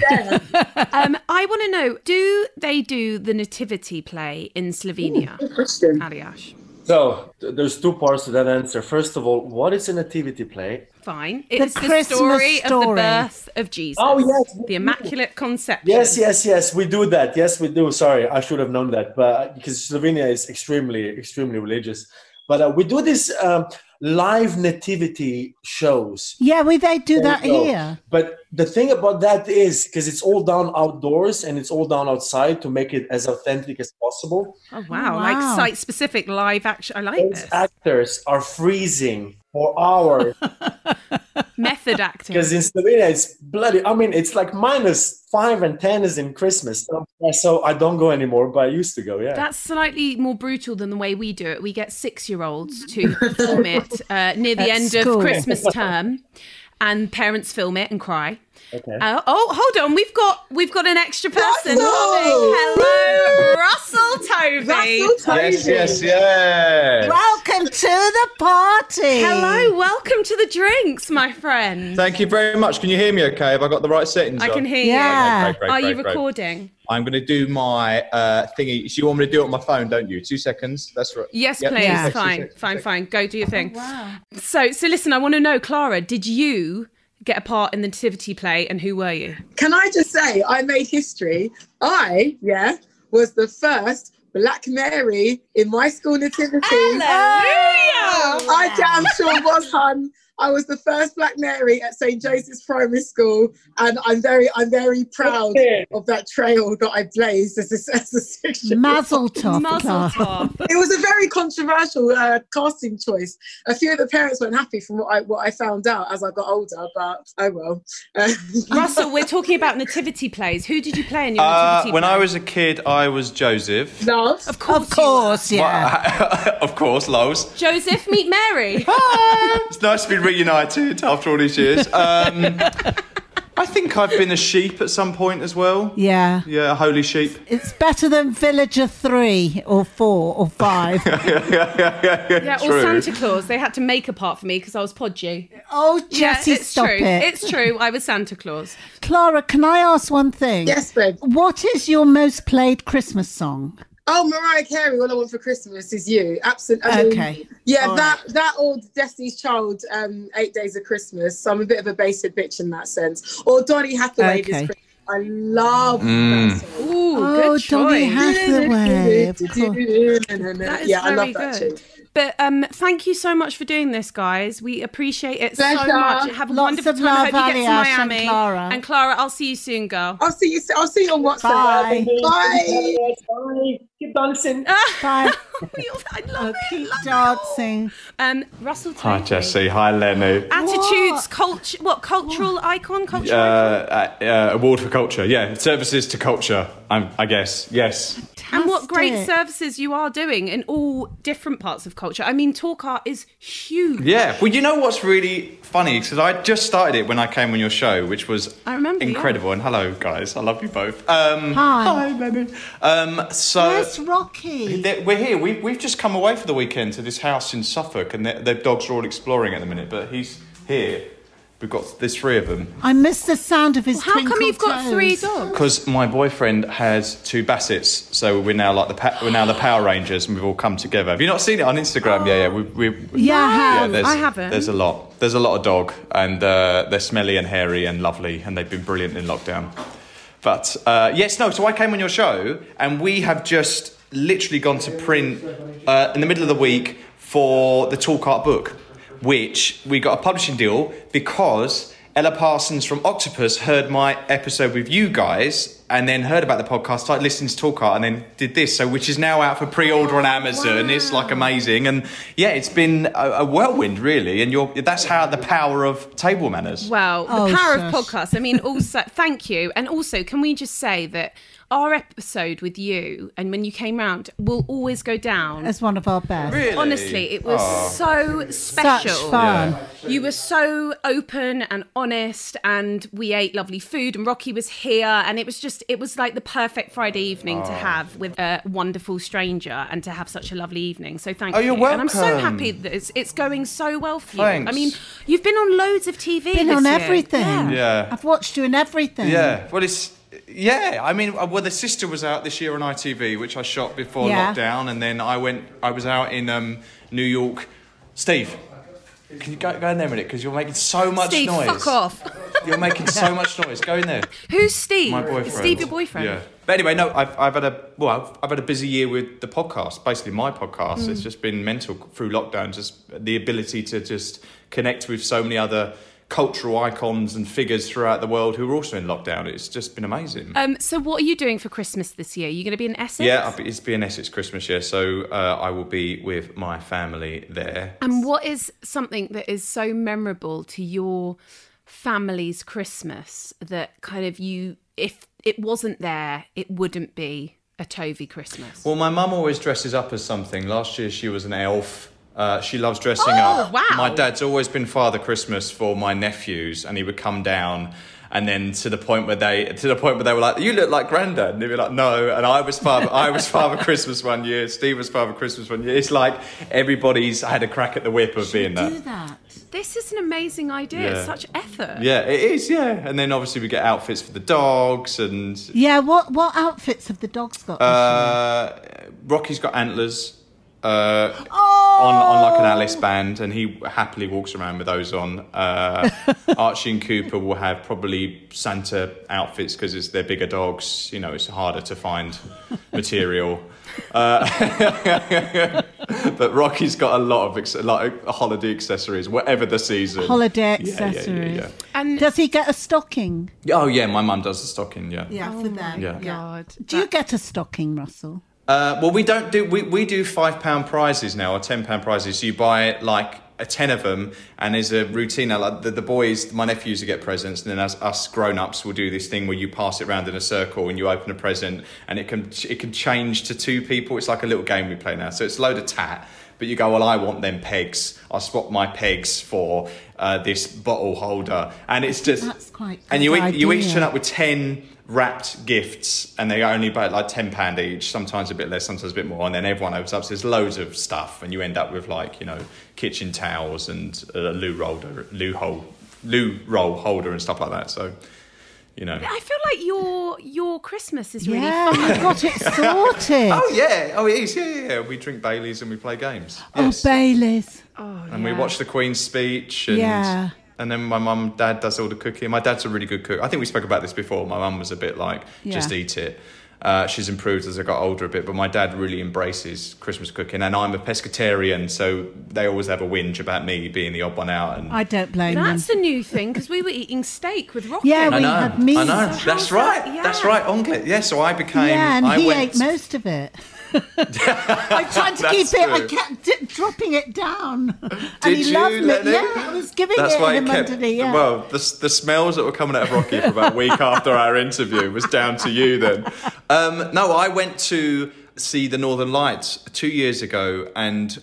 S2: um, I want to know: Do they do the nativity play in
S9: Hmm,
S2: Slovenia? Aliash,
S9: So th- there's two parts to that answer. First of all, what is a nativity play?
S2: fine. It's the,
S10: Christmas
S2: story, of the
S10: story.
S2: birth of Jesus.
S9: Oh, yes,
S2: the Immaculate Conception.
S9: Yes, yes, yes. We do that. Yes, we do. Sorry, I should have known that, but uh, because Slovenia is extremely, extremely religious, but uh, we do this um, live nativity shows.
S10: Yeah, we they do
S9: There
S10: that
S9: you go.
S10: here.
S9: But the thing about that is because it's all done outdoors and it's all done outside to make it as authentic as possible.
S2: Oh wow! Like
S9: Wow.
S2: site-specific live action. I like this
S9: Actors are freezing for hours
S2: method acting.
S9: Because in Slovenia, it's bloody. I mean, it's like minus five and ten is in Christmas. So, so I don't go anymore, but I used to go. Yeah.
S2: That's slightly more brutal than the way we do it. We get six year olds to film it uh, near the
S10: At
S2: end
S10: school.
S2: of Christmas term, and parents film it and cry.
S9: Okay.
S2: Uh, oh, hold on! We've got we've got an extra person. Hello, Russell Tovey.
S12: Yes, yes, yes.
S2: Welcome to the party. Hello, welcome to the drinks, my friend.
S12: Thank you very much. Can you hear me okay? Have I got the right settings?
S2: I
S12: on?
S2: can hear you.
S12: Okay, great, great,
S2: Are you
S12: great, great.
S2: recording?
S12: I'm going to do my uh, thingy. So you want me to do it on my phone, don't you? Two seconds. That's right.
S2: Yes,
S12: Yep, two
S2: please.
S12: seconds, two
S2: Fine,
S12: seconds.
S2: fine, fine. Go do your thing. So, so listen. I want to know, Clara, did you get a part in the nativity play, and who were you?
S8: Can I just say I made history? I, yeah, was the first Black Mary in my school nativity.
S2: Hallelujah!
S8: I damn sure was, hun. I was the first Black Mary at St Joseph's Primary School, and I'm very, I'm very proud of that trail that I blazed as a, as a six-year-old.
S3: Mazel tov, Mazel Carl.
S8: it was a very controversial uh, casting choice. A few of the parents weren't happy from what I what I found out as I got older, but oh well. Uh,
S2: Russell, we're talking about nativity plays. Who did you play in your
S11: Uh,
S2: nativity
S11: when
S2: play?
S11: I was a kid, I was Joseph.
S8: Love.
S2: Of course.
S11: yeah. of course, Lowe's.
S2: Joseph, meet Mary.
S11: It's nice to be reunited after all these years. Um, I think I've been a sheep at some point as well.
S3: Yeah.
S11: Yeah, a holy sheep.
S3: It's better than Villager 3 or 4 or 5.
S11: yeah, yeah, yeah, yeah,
S2: yeah, or
S11: true.
S2: Santa Claus. They had to make a part for me because I was podgy.
S3: Oh, Jessie,
S2: it's
S3: stop
S2: true.
S3: it.
S2: It's true. I was Santa Claus.
S3: Clara, can I ask one thing? Yes,
S8: babe.
S3: What is your most played Christmas song?
S8: Oh, Mariah Carey, all I want for Christmas is you. Absolutely.
S3: Okay.
S8: Yeah,
S3: All
S8: that that old Destiny's Child, um, Eight Days of Christmas. So I'm a bit of a basic bitch in that sense. Or Donny Hathaway.
S3: Okay.
S8: This Christmas. I love
S11: Mm.
S8: that song. Ooh,
S2: Oh, good Donny choice. Hathaway, of That is
S8: yeah, I
S2: very
S8: love that
S2: good.
S8: tune.
S2: But um, thank you so much for doing this, guys. We appreciate it so
S8: Pleasure.
S2: much. Have a
S8: Lots
S2: wonderful
S8: of
S2: time. I hope
S8: love,
S2: you get to
S8: Aliash and
S2: Miami.
S8: Clara. Oh,
S2: And Clara, I'll see you soon, girl.
S8: I'll see you. I'll see you on WhatsApp.
S3: Bye.
S8: Bye.
S9: Bye. Keep dancing.
S3: Bye.
S2: I love
S3: Oh, Keep dancing.
S2: Um, Russell.
S11: Hi,
S2: Tate.
S11: Jesse. Hi, Lenny.
S2: Attitudes, culture. What cultural icon?
S11: Uh,
S2: Cultural.
S11: uh, uh, award for culture. Yeah, services to culture. I'm, I guess. Yes.
S2: And what great
S3: Fantastic.
S2: services you are doing in all different parts of culture. I mean, talk art is huge.
S11: Yeah. Well, you know what's really funny because I just started it when I came on your show, which was
S2: I remember, yeah.
S11: incredible. And hello, guys. I love you both. Um,
S3: Hi.
S11: baby. Um, so
S3: Where's Rocky?
S11: They're- We're here. We've, we've just come away for the weekend to this house in Suffolk, and their, their dogs are all exploring at the minute. But he's here. We've got there's three of them
S3: I miss the sound of his
S2: Well, how come
S3: twinkle
S2: you've got three
S3: toes.
S2: dogs?
S11: because my boyfriend has two Bassets, so we're now like the pa- we're now the Power Rangers, and we've all come together. Have you not seen it on Instagram? Yeah, yeah. We, we, we-
S3: Yeah, I have.
S11: there's-
S3: I haven't.
S11: There's a lot. There's a lot of dog, and uh, they're smelly and hairy and lovely, and they've been brilliant in lockdown. But uh, yes, no. So I came on your show, and we have just literally gone to print uh, in the middle of the week for the Talk Art book, which we got a publishing deal because Ella Parsons from Octopus heard my episode with you guys, and then heard about the podcast, started listening to Talk Art, and then did this. So which is now out for pre-order on Amazon. It's like amazing, and yeah, it's been a, a whirlwind really. And you're, that's how the power of table manners.
S2: Well, the
S11: Oh,
S2: power
S11: shush.
S2: of podcasts. I mean, also, thank you. And also, can we just say that our episode with you and when you came round will always go down
S3: As one of our best.
S2: Honestly, it was
S11: Ah.
S3: Oh.
S2: so special.
S3: fun.
S2: You were so open and honest, and we ate lovely food, and Rocky was here, and it was just, it was like the perfect Friday evening to
S11: Oh.
S2: have with a wonderful stranger and to have such a lovely evening. So thank
S11: Oh,
S2: you.
S11: you're
S2: And I'm so
S11: welcome.
S2: happy that it's, it's going so well for you.
S11: Thanks.
S2: I mean, you've been on loads of TV.
S3: Been
S2: this
S3: on
S2: year.
S3: everything.
S11: Yeah.
S3: I've watched you in everything.
S11: Yeah. Well, it's yeah. I mean, uh, well, the sister was out this year on ITV, which I shot before
S3: Yeah.
S11: lockdown, and then I went. I was out in um, New York. Steve, can you go, go in there a minute because you're making so much
S2: Steve,
S11: noise.
S2: fuck off.
S11: You're making so much noise. Go in there.
S2: Who's Steve?
S11: My boyfriend.
S2: Is Steve your boyfriend?
S11: Yeah. But anyway, no, I've, I've had a well, I've, I've had a busy year with the podcast. Basically, my podcast.
S2: Mm.
S11: It's just been mental through lockdown. Just the ability to just connect with so many other cultural icons and figures throughout the world who are also in lockdown. It's just been amazing.
S2: Um, so, what are you doing for Christmas this year? Are you going to be in Essex?
S11: Yeah, I'll be- it's been Essex Christmas year, so uh, I will be with my family there.
S2: And what is something that is so memorable to your family's Christmas that kind of you, if it wasn't there, it wouldn't be a Tovey Christmas?
S11: Well, my mum always dresses up as something. Last year she was an elf. Uh, she loves dressing
S2: Oh,
S11: up.
S2: wow.
S11: My dad's always been Father Christmas for my nephews, and he would come down. And then to the point where they to the point where they were like, "You look like Granddad," and they'd be like, "No." And I was Father I was Father Christmas one year. Steve was Father Christmas one year. It's like everybody's had a crack at the whip of being that.
S2: that. This is an amazing idea.
S11: Yeah.
S2: Such effort.
S11: Yeah, it is. Yeah, and then obviously we get outfits for the dogs and
S3: Yeah, what, what Oh, outfits have the dogs got?
S11: Uh, Rocky's got antlers. Uh, on, on like an Alice
S3: Oh!
S11: band, and he happily walks around with those on. Uh, Archie and Cooper will have probably Santa outfits because it's they're bigger dogs. You know, it's harder to find material. Uh, but Rocky's got a lot of ex- like holiday accessories, whatever the season.
S3: Holiday
S11: Yeah, yeah, yeah,
S3: accessories.
S11: yeah.
S3: Does he get a stocking?
S11: Oh yeah, my mum does the stocking. Yeah.
S3: Yeah,
S2: Oh
S3: for them.
S11: Yeah.
S3: God. Do you get a stocking, Russell?
S11: Uh, well, we don't do we, we do five pound prizes now or ten pound prizes. So you buy like a ten of them, and there's a routine. Like the, the boys, my nephews, will get presents, and then as us grown ups will do this thing where you pass it round in a circle and you open a present, and it can it can change to two people. It's like a little game we play now. So it's a load of tat. But you go, well, I want them pegs. I swap my pegs for uh, this bottle holder, and it's just
S3: That's quite.
S11: and you
S3: good
S11: each, you each
S3: idea.
S11: turn up with 10 wrapped gifts and they only about like 10 pound each sometimes a bit less sometimes a bit more and then everyone opens up so there's loads of stuff and you end up with like you know kitchen towels and a loo roller loo hole loo roll holder and stuff like that so you know
S2: I feel like your your Christmas is really
S3: Yeah,
S2: fun.
S3: you got it sorted.
S11: oh yeah oh it is yeah, yeah yeah we drink baileys and we play games
S3: Oh, Bailey's.
S2: Oh,
S11: and we watch the Queen's speech and
S3: Yeah.
S11: and then my mum and dad does all the cooking. My dad's a really good cook. I think we spoke about this before. My mum was a bit like just
S13: Yeah.
S11: eat it. Uh, she's improved as I got older a bit, but my dad really embraces Christmas cooking, and I'm a pescatarian, so they always have a whinge about me being the odd one out. And
S3: I don't blame
S2: That's a new thing because we were eating steak with Rocky.
S3: Yeah, we
S11: I know,
S3: had meat.
S11: I know.
S3: So
S11: That's right. That's right. Onglet. Yeah. So I became.
S3: yeah, and
S11: I
S3: he
S11: went.
S3: ate most of it. I'm trying to keep
S11: That's
S3: it. I
S11: true.
S3: kept di- dropping it down, and
S11: Did
S3: he
S11: you,
S3: loved it.
S11: Lenny?
S3: Yeah, I was giving
S11: That's
S3: it
S11: why
S3: him
S11: it kept.
S3: underneath. Yeah.
S11: Well, the, the smells that were coming out of Rocky for about a week after our interview was down to you then. Um, no, I went to see the Northern Lights two years ago and.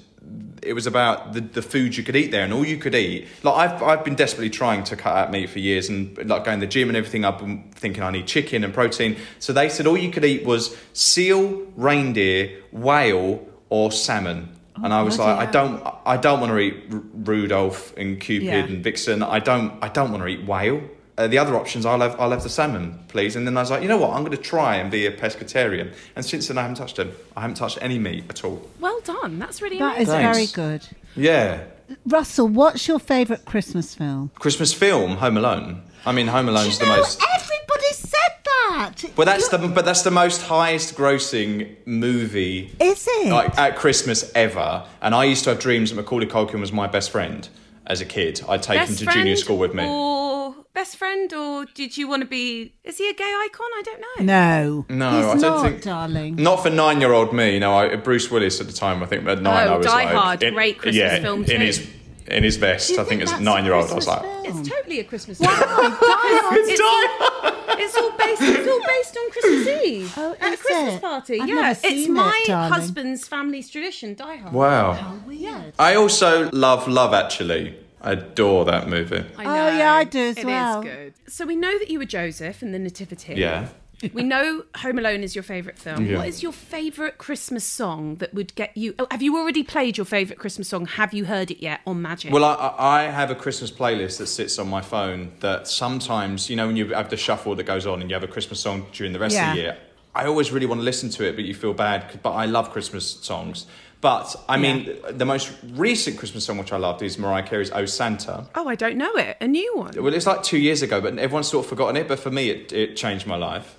S11: It was about the, the food you could eat there and all you could eat. Like I've I've been desperately trying to cut out meat for years and like going to the gym and everything. I've been thinking I need chicken and protein. So they said all you could eat was seal, reindeer, whale, or salmon. and I was
S13: bloody
S11: like, I
S13: hell.
S11: don't don't- I don't want to eat R- Rudolph and Cupid
S13: Yeah.
S11: and Vixen. I don't I don't want to eat whale. Uh, the other options, I'll have I'll have the salmon, please. And then I was like, you know what? I'm going to try and be a pescatarian. And since then, I haven't touched them. I haven't touched any meat at all.
S2: Well done. That's really
S3: That is
S2: amazing.
S11: Thanks.
S3: very good.
S11: Yeah,
S3: Russell, what's your favourite Christmas film?
S11: Christmas film, Home Alone. I mean, Home Alone's the most.
S3: Everybody said that.
S11: But that's the but that's the most highest grossing movie
S3: Is it?
S11: like at Christmas ever. And I used to have dreams that Macaulay Culkin was my best friend as a kid. I'd take him
S2: Best
S11: to junior
S2: friend
S11: school with me.
S2: Or best friend, or did you want to be? Is he a gay icon? I don't know.
S3: No.
S11: No,
S3: He's
S11: I don't
S3: not,
S11: think-
S3: darling.
S11: Not for nine-year-old me. No, I, Bruce Willis at the time. I think at nine,
S2: Oh,
S11: I was
S2: Die
S11: like,
S2: Hard,
S11: in-
S2: great Christmas
S11: yeah,
S2: film too.
S11: in his in his vest. I think, as nine-year-old, I was like,
S3: Oh.
S2: It's totally a Christmas. Wow, it's, it's, all, it's all based. It's all based on Christmas Eve oh, at a Christmas party.
S3: I've
S2: yeah,
S3: never
S2: it's
S3: seen
S2: my
S3: it, darling.
S2: husband's family's tradition. Die Hard.
S11: wow.
S2: Yeah.
S11: I also love Love Actually. I adore that movie.
S2: I
S3: Oh,
S2: know.
S3: yeah, I do as
S2: It is
S3: well.
S2: good. So we know that you were Joseph in the Nativity.
S11: Yeah.
S2: We know Home Alone is your favourite film.
S11: Yeah.
S2: What is your favourite Christmas song that would get you? Oh, have you already played your favourite Christmas song? Have you heard it yet on Magic?
S11: Well, I- I, I have a Christmas playlist that sits on my phone that sometimes, you know, when you have the shuffle that goes on and you have a Christmas song during the rest of the
S13: Yeah.
S11: year, I always really want to listen to it, but you feel bad. 'cause- But I love Christmas songs. But I mean, the most recent Christmas song which I loved is Mariah Carey's Oh Santa.
S2: oh, I don't know it. A new one.
S11: Well, it's like two years ago, but everyone's sort of forgotten it. But for me, it, it changed my life.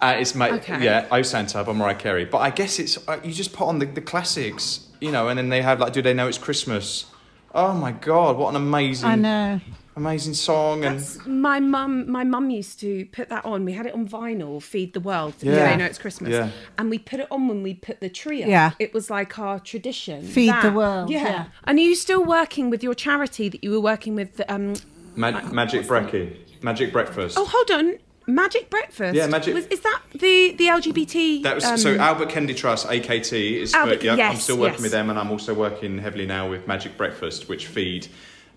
S11: Uh, it's my
S2: Okay.
S11: yeah, Oh Santa by Mariah Carey. But I guess it's uh, you just put on the, the classics, you know, and then they have like, do they know it's Christmas? Oh my God, what an amazing,
S2: I know.
S11: amazing song and.
S2: My mum, my mum used to put that on. We had it on vinyl. Feed the world.
S11: Yeah.
S2: Yeah. They know it's Christmas.
S11: Yeah.
S2: And we put it on when we put the tree up.
S3: Yeah.
S2: It was like our tradition.
S3: Feed the
S2: That-
S3: world, yeah.
S2: And are you still working with your charity that you were working with? Um,
S11: Mag- Magic Brekkie. Magic Breakfast.
S2: oh, hold on. Magic Breakfast.
S11: Yeah, Magic-
S2: Was, is that the the LGBT?
S11: That was
S2: um,
S11: so Albert Kennedy Trust AKT is
S2: Albert-
S11: yeah, I'm
S2: Ah, yes,
S11: still working
S2: yes.
S11: with them and I'm also working heavily now with Magic Breakfast which feed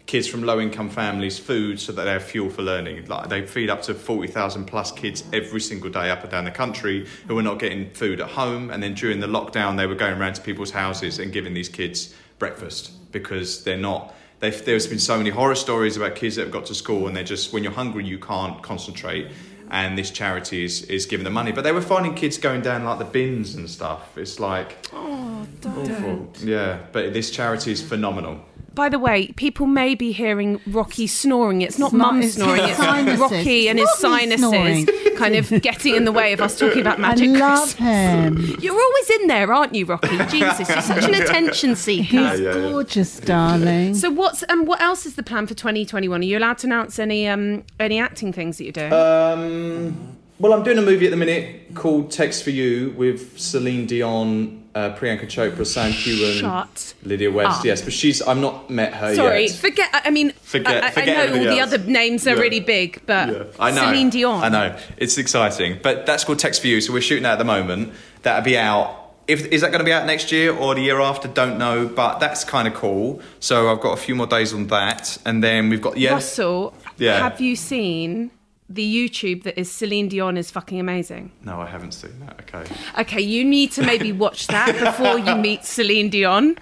S11: kids from low income families food so that they have fuel for learning like they feed up to 40,000 plus kids every single day up and down the country who are not getting food at home and then during the lockdown they were going around to people's houses and giving these kids breakfast because they're not they've, there's been so many horror stories about kids that have got to school and they're just when you're hungry you can't concentrate and this charity is, is giving the money but they were finding kids going down like the bins and stuff it's like
S2: Oh, Don't.
S11: Yeah, but this charity is phenomenal.
S2: By the way, people may be hearing Rocky snoring. It's not
S3: It's not-
S2: mum
S3: it's
S2: snoring.
S3: his
S2: It's
S3: sinuses.
S2: Rocky and his
S3: Rocky
S2: sinuses
S3: snoring.
S2: kind of getting in the way of us talking about magic.
S3: I love
S2: Christmas.
S3: him.
S2: You're always in there, aren't you, Rocky? Jesus, you're such an attention seeker.
S3: He's gorgeous, darling.
S2: So what's um what else is the plan for 2021? Are you allowed to announce any um any acting things that you're doing?
S11: Uh, Um, well, I'm doing a movie at the minute called Text for You with Celine Dion, uh, Priyanka Chopra, Sam Heughan,
S2: Shut
S11: Lydia West.
S2: up.
S11: Yes, but she's I've not met her
S2: Sorry,
S11: yet.
S2: forget. I I mean,
S11: Uh, Forget-
S2: I, I,
S11: forget
S2: I know all
S11: everything
S2: the
S11: else.
S2: other names are
S11: Yeah.
S2: really big, but
S11: I know.
S2: Celine Dion.
S11: I know. It's exciting, but that's called Text for You. So we're shooting that at the moment. That'll be out. If, is that going to be out next year or the year after? Don't know, but that's kind of cool. So I've got a few more days on that, and then we've got yes.
S2: Russell,
S11: Yeah.
S2: have you seen the YouTube that is Celine Dion is fucking amazing?
S11: No, I haven't seen that. Okay.
S2: Okay, you need to maybe watch that before you meet Celine Dion.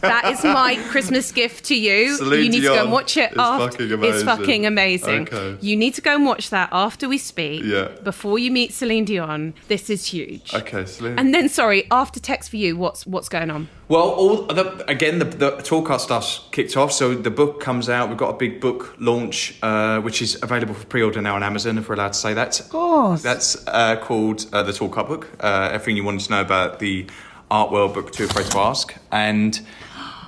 S2: That is my Christmas gift to you.
S11: Celine
S2: you need to go and
S11: Dion
S2: watch it
S11: is
S2: after.
S11: fucking
S2: It's
S11: amazing.
S2: fucking amazing.
S11: Okay.
S2: You need to go and watch that after we speak.
S11: Yeah.
S2: Before you meet Celine Dion, this is huge.
S11: Okay, Celine.
S2: And then, sorry, after text for you, what's what's going on?
S11: Well, all the, again, the, the Toolcast stuff's kicked off, so the book comes out. We've got a big book launch, uh, which is available for pre-order now on Amazon, if we're allowed to say that. Of
S3: course.
S11: That's uh, called uh, the Toolcast book. Uh, everything you wanted to know about the art world book, Too Afraid to Ask, and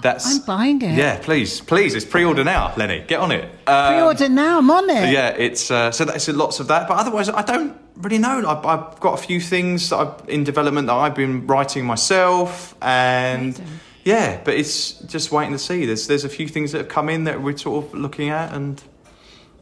S11: that's
S3: I'm buying it.
S11: yeah. Please, please, it's pre-order now, Lenny. Get on it. Um,
S3: Pre-order now. I'm on it.
S11: yeah, it's uh, so that's lots of that. But otherwise, I don't really know. I've, I've got a few things that I've, in development that I've been writing myself, and yeah, but it's just waiting to see. There's there's a few things that have come in that we're sort of looking at, and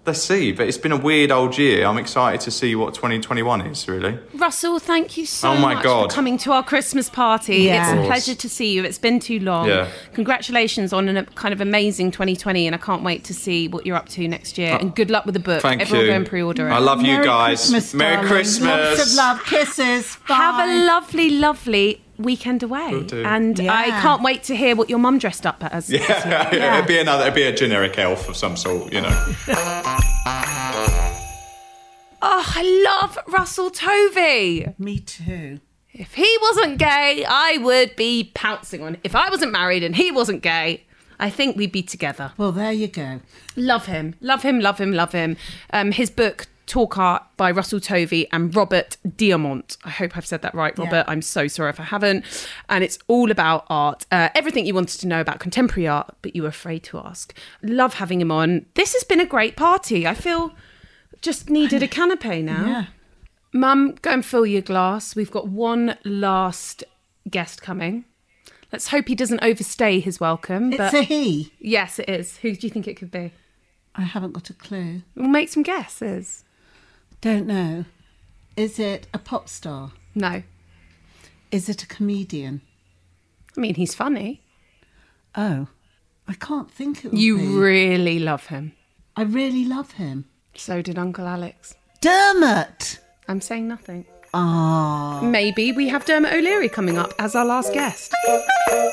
S11: let's see. But it's been a weird old year. I'm excited to see what 2021 is really.
S2: Russell, thank you so
S11: Oh my
S2: much
S11: God.
S2: for coming to our Christmas party.
S11: Yeah. Of
S2: It's a
S11: course.
S2: pleasure to see you. It's been too long.
S11: Yeah.
S2: Congratulations on a kind of amazing 2020, and I can't wait to see what you're up to next year. and good luck with the book.
S11: Uh, Thank
S2: Everyone
S11: you.
S2: go and pre-order it.
S11: I love you Merry guys. Christmas, Merry darling. Christmas. Lots of
S3: love, kisses.
S2: Have a lovely, lovely weekend away.
S11: Will do.
S2: And I can't wait to hear what your mum dressed up as.
S11: Yeah, it'd be another, it'd be a generic elf of some sort, you know.
S2: Oh, I love Russell Tovey.
S3: Me too.
S2: If he wasn't gay, I would be pouncing on. If I wasn't married and he wasn't gay, I think we'd be together.
S3: Well, there you go.
S2: Love him, love him, love him, love him. Um, his book Talk Art by Russell Tovey and Robert Diamont. I hope I've said that right,
S3: Yeah.
S2: Robert. I'm so sorry if I haven't. And it's all about art, uh, everything you wanted to know about contemporary art, but you were afraid to ask. Love having him on. This has been a great party. I feel just needed a canapé now.
S3: Yeah.
S2: Mum, go and fill your glass. We've got one last guest coming. Let's hope he doesn't overstay his welcome.
S3: It's
S2: but-
S3: a he.
S2: Yes, it is. Who do you think it could be?
S3: I haven't got a clue.
S2: We'll make some guesses.
S3: Don't know. Is it a pop star?
S2: No.
S3: Is it a comedian?
S2: I mean, he's funny.
S3: Oh, I can't think of
S2: You really love him.
S3: I really love him.
S2: So did Uncle Alex.
S3: Dermot.
S2: I'm saying nothing.
S3: Ah.
S2: Maybe we have Dermot O'Leary coming up as our last guest.
S3: Oh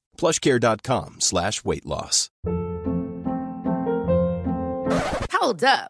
S14: plushcare.com slash weight loss.
S13: Hold up.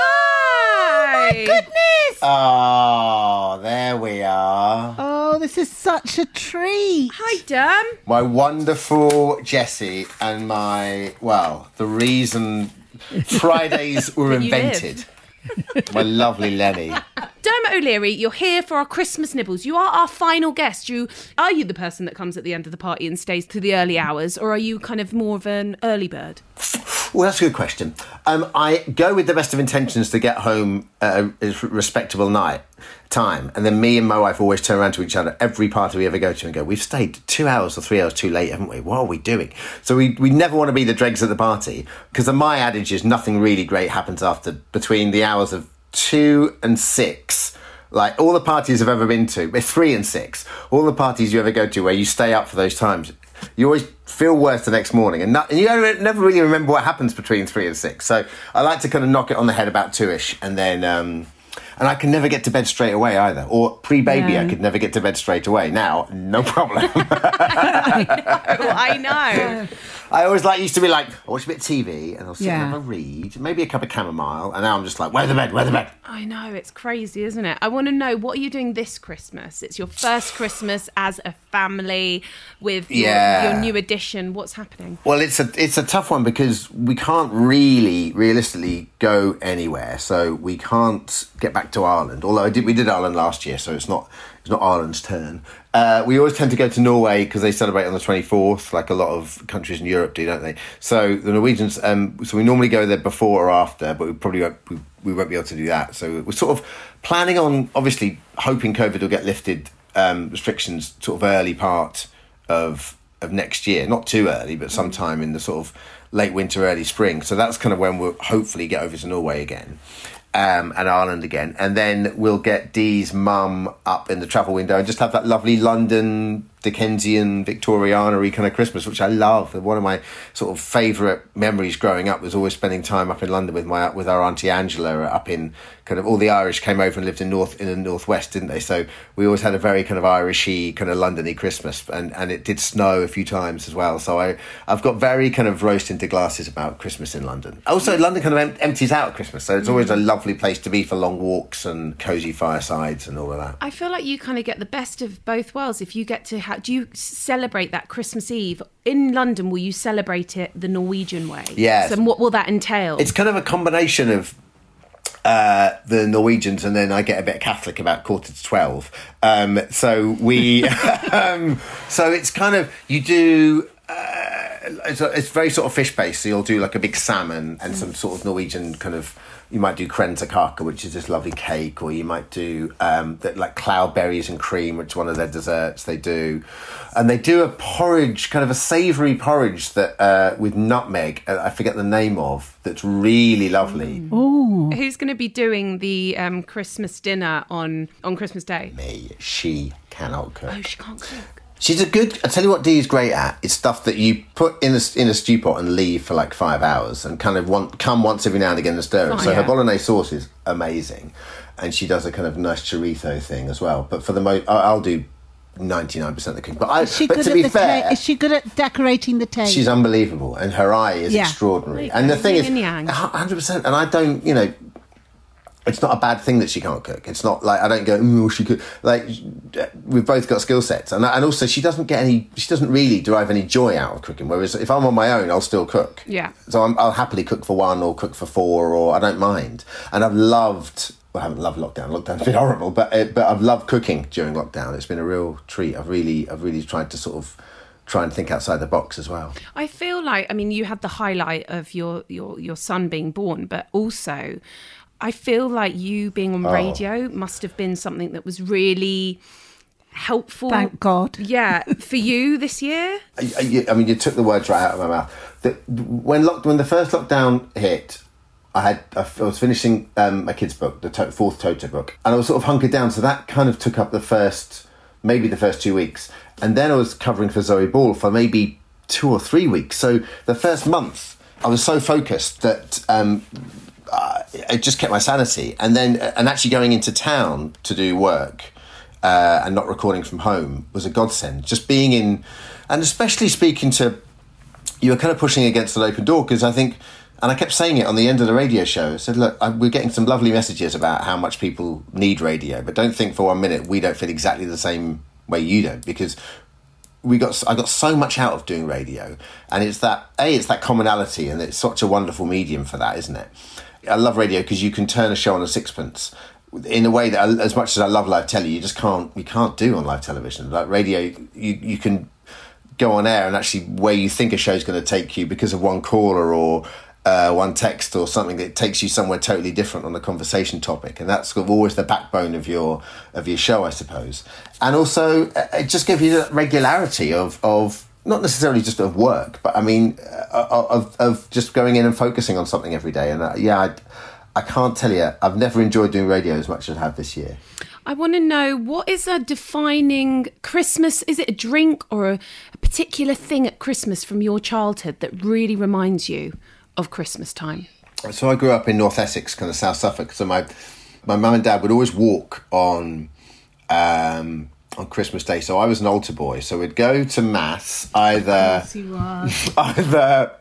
S2: Hi.
S3: my goodness.
S15: Oh, there we are.
S3: Oh, this is such a treat.
S2: Hi, Derm.
S15: My wonderful Jessie and my, well, the reason Fridays were
S2: But you
S15: invented. My lovely Lenny.
S2: Dermot O'Leary, you're here for our Christmas nibbles. You are our final guest. You are you the person that comes at the end of the party and stays to the early hours, or are you kind of more of an early bird?
S15: Well, that's a good question. Um, I go with the best of intentions to get home at a a respectable night time, and then me and my wife always turn around to each other every party we ever go to and go, "We've stayed two hours or three hours too late, haven't we? What are we doing?" So we we never want to be the dregs at the party because my adage is nothing really great happens after between the hours of two and six. Like all the parties I've ever been to, eh, three and six, all the parties you ever go to where you stay up for those times, you always feel worse the next morning, and, not, and you don't, never really remember what happens between three and six. So I like to kind of knock it on the head about two ish, and then um, and I can never get to bed straight away either. Or pre baby,
S2: No.
S15: I could never get to bed straight away. Now, no problem.
S2: Oh, I know.
S15: I always like used to be like, I watch a bit of TV, and I'll sit
S2: Yeah.
S15: and have a read, maybe a cup of chamomile, and now I'm just like, where the bed, where the bed.
S2: I know, it's crazy, isn't it? I want to know what are you doing this Christmas? It's your first Christmas as a family with your-
S15: Yeah.
S2: your, new addition. What's happening?
S15: Well, it's a it's a tough one because we can't really realistically go anywhere. So we can't get back to Ireland. Although I did, we did Ireland last year, so it's not it's not Ireland's turn. Uh, we always tend to go to Norway because they celebrate on the twenty fourth, like a lot of countries in Europe do, don't they? So the Norwegians, um, so we normally go there before or after, but we probably won't, we, we won't be able to do that. So we're sort of planning on obviously hoping COVID will get lifted um, restrictions sort of early part of of next year, not too early, but sometime in the sort of late winter, early spring. So that's kind of when we'll hopefully get over to Norway again um, and Ireland again, and then we'll get Dee's mum up in the travel window and just have that lovely London Dickensian Victoriana kind of Christmas, which I love. One of my sort of favourite memories growing up was always spending time up in London with my with our auntie Angela up in kind of all the Irish came over and lived in north in the northwest, didn't they? So we always had a very kind of Irishy kind of Londony Christmas, and and it did snow a few times as well. So I I've got very kind of roast into glasses about Christmas in London. Also, London kind of em- empties out at Christmas, so it's always a lovely place to be for long walks and cozy firesides and all of that.
S2: I feel like you kind of get the best of both worlds if you get to ha- do you celebrate that Christmas Eve in London will you celebrate it the Norwegian way?
S15: Yes.
S2: And what will that entail?
S15: It's kind of a combination of uh, the Norwegians, and then I get a bit Catholic about quarter to twelve. Um, so we, um, so it's kind of you do. Uh, it's, a- it's very sort of fish based. So you'll do like a big salmon and some sort of Norwegian kind of. You might do krensekaka, which is this lovely cake, or you might do um, that like cloudberries and cream, which is one of their desserts they do, and they do a porridge, kind of a savoury porridge that uh, with nutmeg. uh, I forget the name of that's really lovely.
S2: Oh. Who's going to be doing the um, Christmas dinner on on Christmas Day?
S15: Me. She cannot cook.
S2: Oh, she can't cook.
S15: She's a good. I tell you what, Dee's great at. It's stuff that you put in a in a stew pot and leave for like five hours, and kind of want come once every now and again and stir it.
S16: Oh,
S15: so
S16: yeah.
S15: her bolognese sauce is amazing, and she does a kind of nice chorizo thing as well. But for the most, I'll do ninety nine percent of the cooking. But I,
S3: Is she
S15: but
S3: good
S15: to
S3: at
S15: be
S3: the
S15: fair,
S3: ta- is she good at decorating the table?
S15: She's unbelievable, and her eye is
S3: Yeah.
S15: extraordinary.
S3: Like
S15: And the thing is,
S3: yin and yang.
S15: hundred percent. And I don't, you know, it's not a bad thing that she can't cook. It's not like I don't go, oh, she could. Like we've both got skill sets, and and also she doesn't get any. She doesn't really derive any joy out of cooking. Whereas if I'm on my own, I'll still cook.
S2: Yeah.
S15: So I'm, I'll happily cook for one or cook for four, or I don't mind. And I've loved. Well, I haven't loved lockdown. Lockdown's been horrible, but uh, but I've loved cooking during lockdown. It's been a real treat. I've really I've really tried to sort of try and think outside the box as well.
S2: I feel like I mean you had the highlight of your your your son being born, but also I feel like you being on
S3: Oh.
S2: radio must have been something that was really helpful.
S3: Thank God.
S2: Yeah, for you this year.
S15: I, I- you- I mean, you took the words right out of my mouth. The, when locked, when the first lockdown hit, I had I f- I was finishing um, my kid's book, the to- fourth Toto book, and I was sort of hunkered down. So that kind of took up the first, maybe the first two weeks, and then I was covering for Zoe Ball for maybe two or three weeks. So the first month, I was so focused that um, uh, it just kept my sanity. And then, uh, and actually going into town to do work uh, and not recording from home was a godsend. Just being in, and especially speaking to, you were kind of pushing against an open door because I think, and I kept saying it on the end of the radio show. I said, look, I, we're getting some lovely messages about how much people need radio, but don't think for one minute we don't feel exactly the same way you don't because we got I got so much out of doing radio, and it's that a it's that commonality, and it's such a wonderful medium for that, isn't it? I love radio because you can turn a show on a sixpence. In a way that, as much as I love live telly, you just can't you can't do on live television. Like radio, you you can go on air and actually where you think a show's going to take you because of one caller or uh, one text or something that takes you somewhere totally different on a conversation topic, and that's sort of always the backbone of your of your show, I suppose. And also, uh, it just gives you that regularity of of not necessarily just of work, but I mean, uh, of of just going in and focusing on something every day. And uh, yeah, I, I can't tell you, I've never enjoyed doing radio as much as I have this year.
S2: I want to know what is a defining Christmas? Is it a drink or a, a particular thing at Christmas from your childhood that really reminds you of Christmas time?
S15: So I grew up in North Essex, kind of South Suffolk. So my my mum and dad would always walk on um, on Christmas Day. So I was an altar boy. So we'd go to mass either
S10: Yes, you are.
S15: either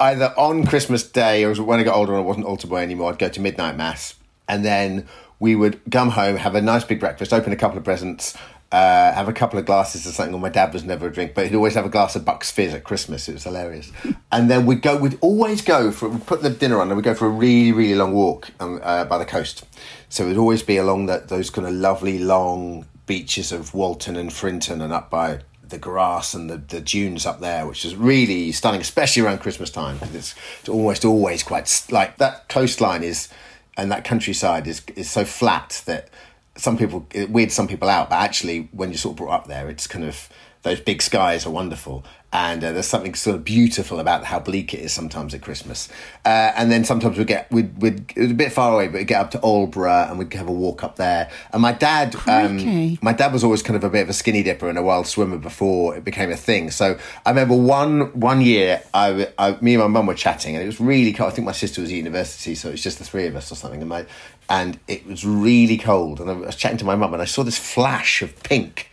S15: either on Christmas Day or when I got older and I wasn't altar boy anymore, I'd go to midnight mass and then we would come home, have a nice big breakfast, open a couple of presents, uh, have a couple of glasses of something. Well, my dad was never a drink, but he'd always have a glass of Bucks Fizz at Christmas. It was hilarious. and then we'd go, we'd always go for, we'd put the dinner on and we'd go for a really, really long walk um, uh, by the coast. So it would always be along that, those kind of lovely long beaches of Walton and Frinton and up by the grass and the, the dunes up there, which is really stunning, especially around Christmas time. 'cause It's, it's almost always quite s- like that coastline is, and that countryside is is so flat that some people it weirds some people out. But actually, when you're sort of brought up there, it's kind of those big skies are wonderful, and uh, there's something sort of beautiful about how bleak it is sometimes at Christmas. Uh, and then sometimes we get we'd, we'd it was a bit far away, but we'd get up to Aldborough and we'd have a walk up there. And my dad, um,
S3: Crikey.
S15: my dad was always kind of a bit of a skinny dipper and a wild swimmer before it became a thing. So I remember one one year, I, w- I- me and my mum were chatting, and it was really cold. I think my sister was at university, so it was just the three of us or something. And my and it was really cold, and I was chatting to my mum, and I saw this flash of pink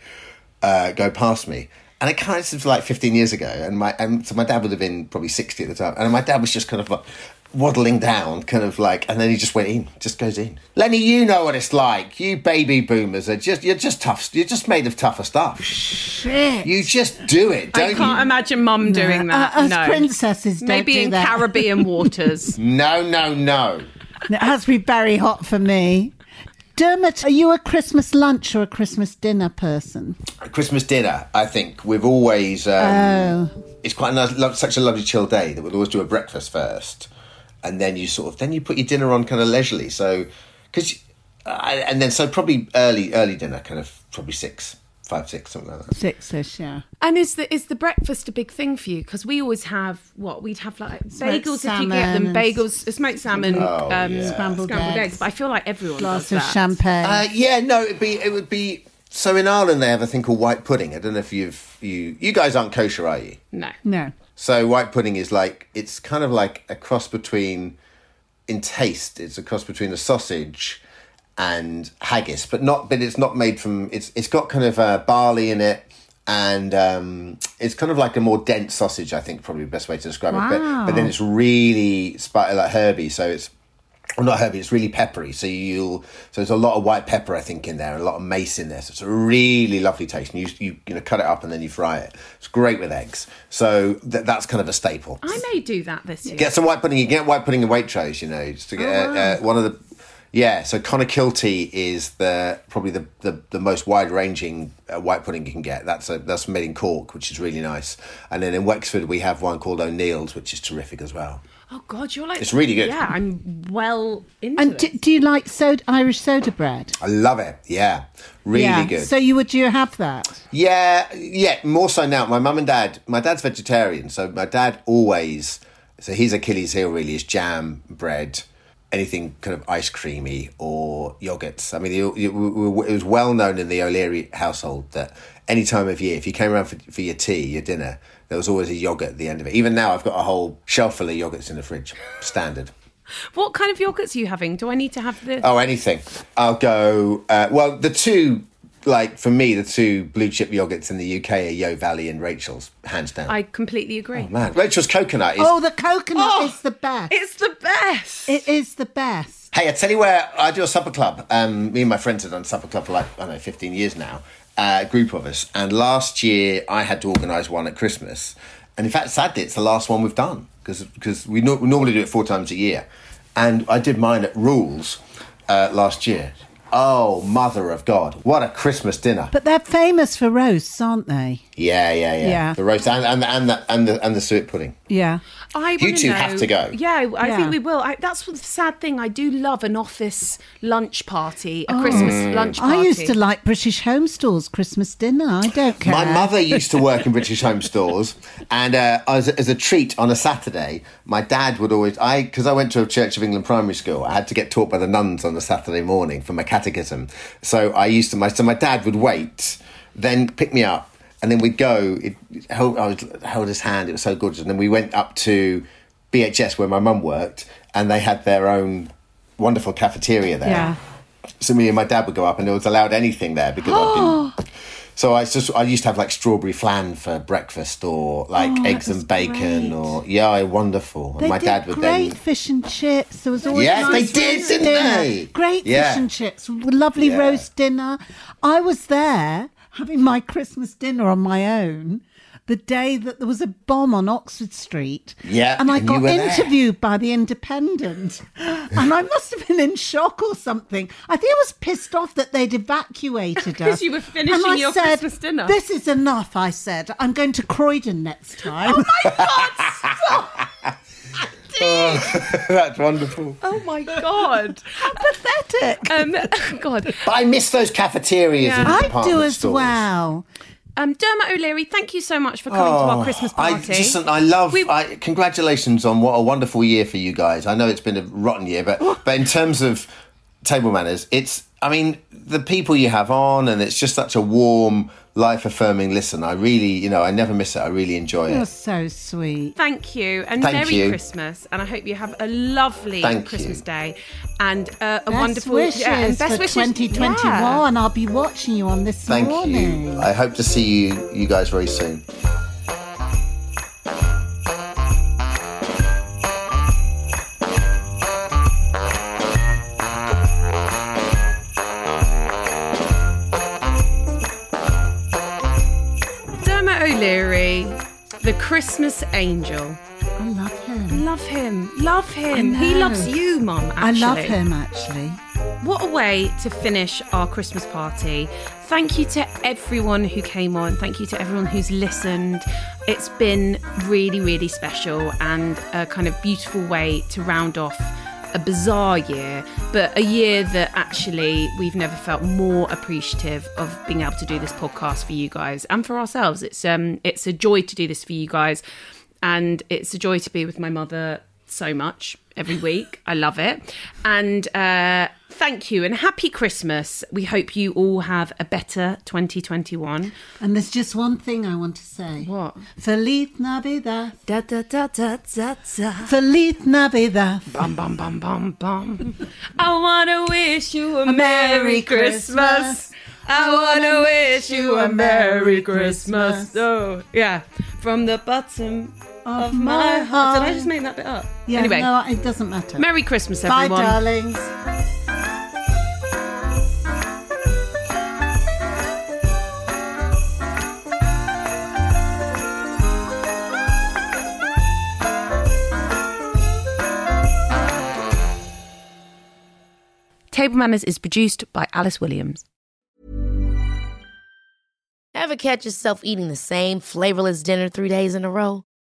S15: uh, go past me. And it kind of seems like 15 years ago. And my and so my dad would have been probably 60 at the time. And my dad was just kind of like waddling down, kind of like, and then he just went in, just goes in. Lenny, you know what it's like. You baby boomers are just, you're just tough. You're just made of tougher stuff.
S3: Shit.
S15: You just do it, don't
S2: I can't
S15: you?
S2: imagine mum doing that.
S3: Uh, us
S2: no.
S3: princesses don't
S2: Maybe
S3: do
S2: in
S3: that.
S2: Caribbean waters.
S15: no, no, no.
S3: It has to be very hot for me. Dermot, are you a Christmas lunch or a Christmas dinner person?
S15: Christmas dinner, I think we've always. Um,
S3: Oh.
S15: It's quite a nice, lo- such a lovely chill day that we'll always do a breakfast first, and then you sort of then you put your dinner on kind of leisurely. So, because, and then so probably early early dinner, kind of probably six, five, six, something like that.
S3: Sixish, yeah.
S2: And is the is the breakfast a big thing for you? Because we always have what we'd have like
S3: Smoked
S2: bagels if you get
S3: salmon
S2: them
S3: and-
S2: bagels, smoked salmon,
S15: Oh,
S2: um,
S15: yeah.
S2: scrambled,
S15: Scrambled
S2: eggs.
S3: eggs.
S2: But I feel like everyone
S3: Glass
S2: does
S3: of
S2: that.
S3: champagne.
S15: Uh, yeah, no, it'd be it would be. So in Ireland they have a thing called white pudding. I don't know if you've you you guys aren't kosher, are you?
S2: No.
S3: No.
S15: So white pudding is like it's kind of like a cross between, in taste, it's a cross between a sausage and haggis, but not. But it's not made from. It's it's got kind of uh, barley in it, and um, it's kind of like a more dense sausage. I think probably the best way to describe it. But but then
S16: Wow.
S15: it's really spicy, like herby. So it's well, not herby. It's really peppery. So you'll so there's a lot of white pepper I think in there, and a lot of mace in there. So it's a really lovely taste. And you you you know cut it up and then you fry it. It's great with eggs. So th- that's kind of a staple.
S2: I may do that this year.
S15: Get some white pudding. You get white pudding in Waitrose. You know, just to get
S2: Oh, wow.
S15: uh, uh, one of the yeah. So Clonakilty is the probably the the, the most wide ranging uh, white pudding you can get. That's a, that's made in Cork, which is really nice. And then in Wexford we have one called O'Neill's, which is terrific as well.
S2: Oh God, you're like
S15: It's really good.
S2: Yeah, I'm well into
S3: And do, do you like soda, Irish soda bread?
S15: I love it. Yeah, really
S3: Yeah.
S15: good.
S3: So you would you have that?
S15: Yeah, yeah, more so now. My mum and dad, my dad's vegetarian, so my dad always, so his Achilles heel really is jam, bread, anything kind of ice creamy or yogurts. I mean, it, it, it was well known in the O'Leary household that any time of year, if you came around for, for your tea, your dinner, there was always a yogurt at the end of it. Even now, I've got a whole shelf full of yogurts in the fridge, standard.
S2: What kind of yogurts are you having? Do I need to have the?
S15: Oh, anything. I'll go. Uh, well, the two, like for me, the two blue chip yogurts in the UK are Yo Valley and Rachel's, hands down.
S2: I completely agree.
S15: Oh, Man, Rachel's coconut is.
S3: oh, the coconut is the best.
S2: It's the best.
S3: It is the best.
S15: Hey, I tell you where I do a supper club. Um, me and my friends have done supper club for like I don't know, fifteen years now, uh, group of us. And last year, I had to organise one at Christmas. And in fact, sadly, it's the last one we've done because we, no- we normally do it four times a year. And I did mine at Rules uh, last year. Oh, mother of God, what a Christmas dinner!
S3: But they're famous for roasts, aren't they?
S15: Yeah, yeah, yeah.
S3: Yeah.
S15: The roast and and and the and the, and the suet pudding.
S3: Yeah.
S2: I
S15: You
S2: wanna
S15: two
S2: know-
S15: have to go.
S2: Yeah, I
S3: Yeah.
S2: think we will. I, that's the sad thing. I do love an office lunch party, a
S3: Oh.
S2: Christmas lunch party.
S3: I used to like British Home Stores Christmas dinner. I don't care.
S15: My mother used to work in British Home Stores, and uh, as, as a treat on a Saturday, my dad would always I because I went to a Church of England primary school. I had to get taught by the nuns on a Saturday morning for my catechism. So I used to my so my dad would wait, then pick me up, and then we'd go. It, held, I was, held his hand. It was so gorgeous. And then we went up to BHS where my mum worked, and they had their own wonderful cafeteria there.
S3: Yeah.
S15: So me and my dad would go up, and it was allowed anything there because I'd been so I just I used to have like strawberry flan for breakfast or like
S3: Oh,
S15: eggs
S3: that was
S15: and bacon
S3: great.
S15: or yeah, wonderful.
S3: They
S15: and my
S3: did
S15: dad would
S3: great
S15: then
S3: fish and chips. There was always
S15: Yes,
S3: nice
S15: they did,
S3: roast
S15: didn't
S3: dinner.
S15: they?
S3: Great
S15: Yeah.
S3: fish and chips, lovely
S15: Yeah.
S3: roast dinner. I was there having my Christmas dinner on my own the day that there was a bomb on Oxford Street.
S15: Yeah,
S3: and I
S15: and you
S3: got
S15: were there.
S3: interviewed by the Independent, and I must have been in shock or something. I think I was pissed off that they'd evacuated us
S2: 'Cause you were finishing
S3: And I
S2: your
S3: said,
S2: Christmas dinner.
S3: This is enough, I said. I'm going to Croydon next time. Oh my
S15: Oh, that's wonderful.
S2: Oh my god!
S3: How pathetic!
S2: Um, God,
S15: But I miss those cafeterias and
S2: I
S15: department stores.
S3: well. Oh.
S2: Um, Dermot O'Leary, thank you so much for coming to our Christmas party.
S15: Oh, I just, I love. I, congratulations on what a wonderful year for you guys. I know it's been a rotten year, but
S2: Oh.
S15: but in terms of table manners, it's. I mean, the people you have on, and it's just such a warm, life affirming listen. I really, you know, I never miss it. I really enjoy
S3: You're
S15: it.
S3: so sweet.
S2: Thank you and
S15: Thank
S2: Merry
S15: you.
S2: Christmas. And I hope you have a lovely
S15: Thank you.
S2: Christmas day and uh, a
S3: best
S2: wonderful
S3: wishes
S2: yeah, and best
S3: for
S2: wishes.
S3: 2021.
S2: Yeah.
S3: I'll be watching you on this
S15: Thank
S3: morning.
S15: you. I hope to see you, you guys, very soon.
S2: Dermot O'Leary, the Christmas angel.
S3: I love him.
S2: Love him. Love
S3: I
S2: him. He
S3: know.
S2: loves you, Mum.
S3: I love
S2: actually.
S3: him actually.
S2: What a way to finish our Christmas party. Thank you to everyone who came on. Thank you to everyone who's listened. It's been really, really special and a kind of beautiful way to round off a bizarre year, but a year that actually we've never felt more appreciative of being able to do this podcast for you guys and for ourselves. It's um it's a joy to do this for you guys and it's a joy to be with my mother so much every week. I love it. And uh, thank you and happy Christmas. We hope you all have a better 2021.
S3: And there's just one thing I want to say.
S2: What?
S3: Feliz Navidad. Da da da da da da. Feliz Navidad.
S2: Bum bum bum bum bum. I want to wish you a,
S3: A Merry
S2: Merry Christmas.
S3: Christmas.
S2: I want to wish you a Merry Christmas. Oh, yeah. From the bottom of, my heart. Did I just make that bit up?
S3: Yeah,
S2: anyway,
S3: no, it doesn't matter.
S2: Merry Christmas,
S3: Bye,
S2: everyone.
S3: darlings.
S2: Table Manners is produced by Alice Williams.
S13: Ever catch yourself eating the same flavorless dinner three days in a row?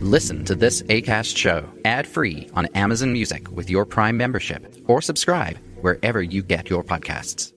S16: Listen to this ACAST show ad free on Amazon Music with your Prime membership or subscribe wherever you get your podcasts.